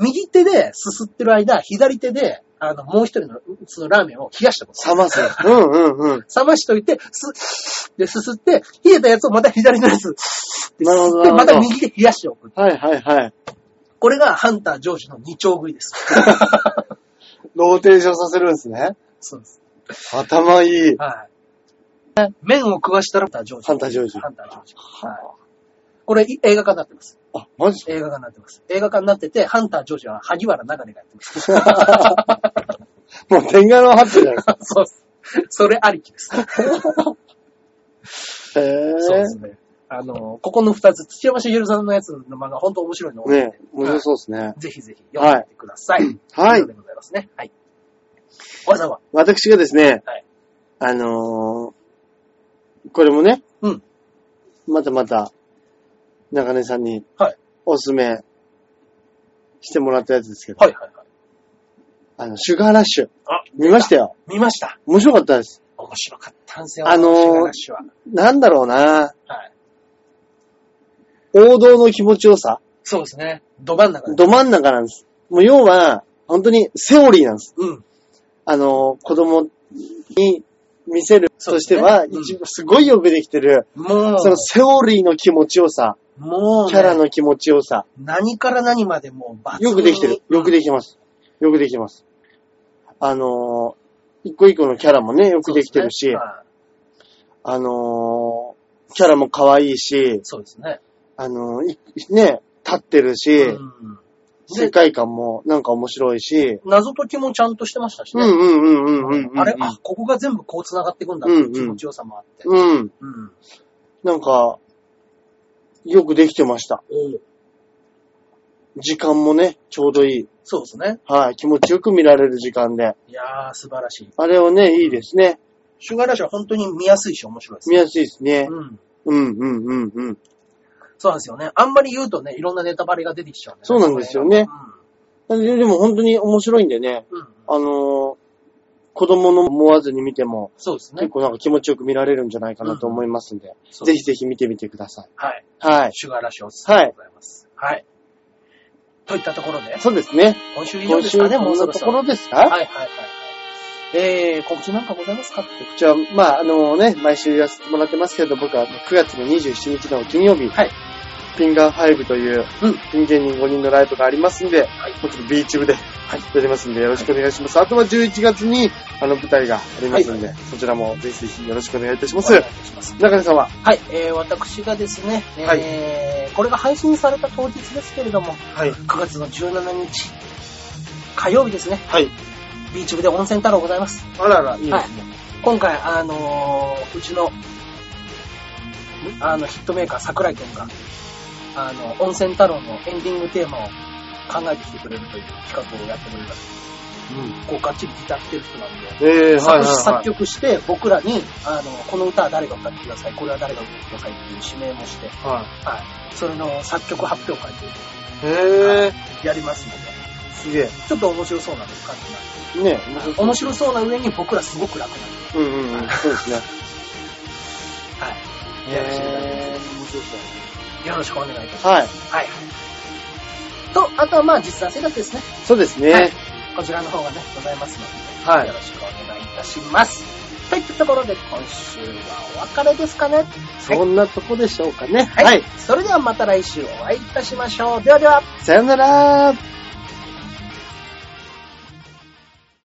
Speaker 1: 右手ですすってる間、左手で、あの、もう一人の、そのラーメンを冷やしてます。
Speaker 2: 冷ます。うんうんうん。
Speaker 1: 冷ましといて、す、で、すすって、冷えたやつをまた左のやつ、で、
Speaker 2: なるほど
Speaker 1: でま
Speaker 2: なる
Speaker 1: た
Speaker 2: ほど
Speaker 1: 右で冷やしておく。
Speaker 2: はいはいはい。
Speaker 1: これがハンター・ジョージの二丁食
Speaker 2: [laughs]
Speaker 1: いです。
Speaker 2: ローテーションさせるんですね。
Speaker 1: そうです。
Speaker 2: 頭いい。
Speaker 1: はい。麺を食わしたらハンター・ジョージ。
Speaker 2: ハンタージョージ
Speaker 1: ハンター・ジョージ。はい。これ、い映画化になってます。
Speaker 2: あ、マジ
Speaker 1: 映画化になってます。映画化になってて、ハンター・ジョージは萩原流れがやってます。 [laughs]
Speaker 2: もう天下のハットじゃない [laughs] ですか。
Speaker 1: そうです。それあり
Speaker 2: [laughs]
Speaker 1: きです。
Speaker 2: へ
Speaker 1: そう
Speaker 2: ぇ
Speaker 1: ですね。あの、ここの二つ、土山茂さんのやつの漫画、本当面白いの多いんで
Speaker 2: ね面白そうですね。
Speaker 1: ぜひぜひ読んでみてください。
Speaker 2: はい
Speaker 1: とうことでございますね。はい。おさんは、
Speaker 2: 私がですね
Speaker 1: はい、
Speaker 2: あのー、これもね、
Speaker 1: うん
Speaker 2: またまた、中根さんに
Speaker 1: はい、
Speaker 2: おすすめしてもらったやつですけど、
Speaker 1: はいはいはい。
Speaker 2: あの、シュガーラッシュ
Speaker 1: あ。
Speaker 2: 見ましたよ。
Speaker 1: 見ました。
Speaker 2: 面白かったです。
Speaker 1: 面白かったんですよ。
Speaker 2: あのー
Speaker 1: シガラッシュは。
Speaker 2: なんだろうな
Speaker 1: はい。
Speaker 2: 王道の気持ちよさ。
Speaker 1: そうですね。ど真ん中で。
Speaker 2: ど真ん中なんです。もう要は、本当にセオリーなんです。
Speaker 1: うん。
Speaker 2: あの、子供に見せるとしては、
Speaker 1: そうです
Speaker 2: 一
Speaker 1: ね
Speaker 2: 番すごいよくできてる、
Speaker 1: もう、
Speaker 2: そのセオリーの気持ちよさ、
Speaker 1: もうね、
Speaker 2: キャラの気持ちよさ、
Speaker 1: 何から何までもう抜群に
Speaker 2: よくできてる。よくできてます。よくできてます。あのー、一個一個のキャラもね、よくできてるし、あのー、キャラも可愛いし、
Speaker 1: そうですね。
Speaker 2: あのー、いね、立ってるし、
Speaker 1: はいそうですね。うん
Speaker 2: 世界観もなんか面白いし、
Speaker 1: 謎解きもちゃんとしてましたし
Speaker 2: うん
Speaker 1: ね。
Speaker 2: うんうんうんうんうん。
Speaker 1: あれ、あ、ここが全部こう繋がっていくんだっていう気持ちよさもあって。
Speaker 2: うん。
Speaker 1: うん。
Speaker 2: なんか、よくできてました。
Speaker 1: おう
Speaker 2: 時間もね、ちょうどいい。
Speaker 1: そうですね。
Speaker 2: はい、気持ちよく見られる時間で。
Speaker 1: いやー、素晴らしい。
Speaker 2: あれをね、いいですね。
Speaker 1: シュガーラッシュは本当に見やすいし面白いです。
Speaker 2: 見やすいですね。
Speaker 1: うん。
Speaker 2: うんうんうんうん。
Speaker 1: そうなんですよね。あんまり言うとね、いろんなネタバレが出てきちゃうんで、
Speaker 2: そうなんですよねででも本当に面白いんでね、
Speaker 1: うん。うん。
Speaker 2: あのー子供の思わずに見ても、
Speaker 1: そうですね
Speaker 2: 結。構なんか気持ちよく見られるんじゃないかなと思いますんで、
Speaker 1: そう
Speaker 2: ぜひぜひ見てみてください。
Speaker 1: はい。
Speaker 2: はい。
Speaker 1: シュガーラッシュおすすめでございます。はい。といったところで、
Speaker 2: そうですね。
Speaker 1: 今週以上
Speaker 2: 今
Speaker 1: です
Speaker 2: 週
Speaker 1: か
Speaker 2: こ
Speaker 1: ね、もうんそ
Speaker 2: な
Speaker 1: ろ
Speaker 2: と
Speaker 1: そ
Speaker 2: こ
Speaker 1: ろ。
Speaker 2: ろです
Speaker 1: はい
Speaker 2: か
Speaker 1: はいはい。えー、告知なんかございますか
Speaker 2: こちら、まあ、あのね、毎週やらせてもらってますけど、僕は9月の27日の金曜日、
Speaker 1: はい
Speaker 2: ピンガー5という、
Speaker 1: うん
Speaker 2: ピン芸人5人のライブがありますんで、
Speaker 1: はい
Speaker 2: 僕の B チューブで、はい、やりますんで、よろしくお願いします。あとは11月に、あの、舞台がありますんで、そちらもぜひぜひよろしくお願いいたします。
Speaker 1: お願いいたします
Speaker 2: 中根さんは、
Speaker 1: はい、えー、私がですね、えー
Speaker 2: は
Speaker 1: これが配信された当日ですけれども、
Speaker 2: はい。
Speaker 1: 9月の17日、火曜日ですね、
Speaker 2: はい。
Speaker 1: ビーチ部で温泉太郎ございます。
Speaker 2: あらら、いいで
Speaker 1: は
Speaker 2: すね。
Speaker 1: い、今回、あのーうちの、あの、ヒットメーカー桜井くんが、あの、温泉太郎のエンディングテーマを考えてきてくれるという企画をやっております。こう、がっちりギター弾ける人なんで、
Speaker 2: えー、はい、
Speaker 1: 作詞
Speaker 2: は
Speaker 1: 作
Speaker 2: い。
Speaker 1: 曲して、僕らに、あの、この歌は誰が歌ってください、これは誰が歌ってくださいっていう指名もして、
Speaker 2: はい。
Speaker 1: はい。それの作曲発表会というの
Speaker 2: へえ
Speaker 1: をやりますので、
Speaker 2: ー、すげえ。
Speaker 1: ちょっと面白そうな感じなんで
Speaker 2: ね
Speaker 1: す。面白そうな上に僕らすごく楽なんで、
Speaker 2: い。うんうんうん、そうですね。
Speaker 1: はい。 [laughs] やらせていただ
Speaker 2: へー、
Speaker 1: き
Speaker 2: 面白そ
Speaker 1: ますよろしくお願いいたします。
Speaker 2: う。はい。
Speaker 1: はい。と、あとはまあ実際生活ですね。
Speaker 2: そうですね。
Speaker 1: はいこちらの方がね、ございますので、
Speaker 2: はい
Speaker 1: よろしくお願いいたします。といったところで、今週はお別れですかね。
Speaker 2: そんなとこでしょうかね。
Speaker 1: はい。それではまた来週お会いいたしましょう。ではでは。
Speaker 2: さよなら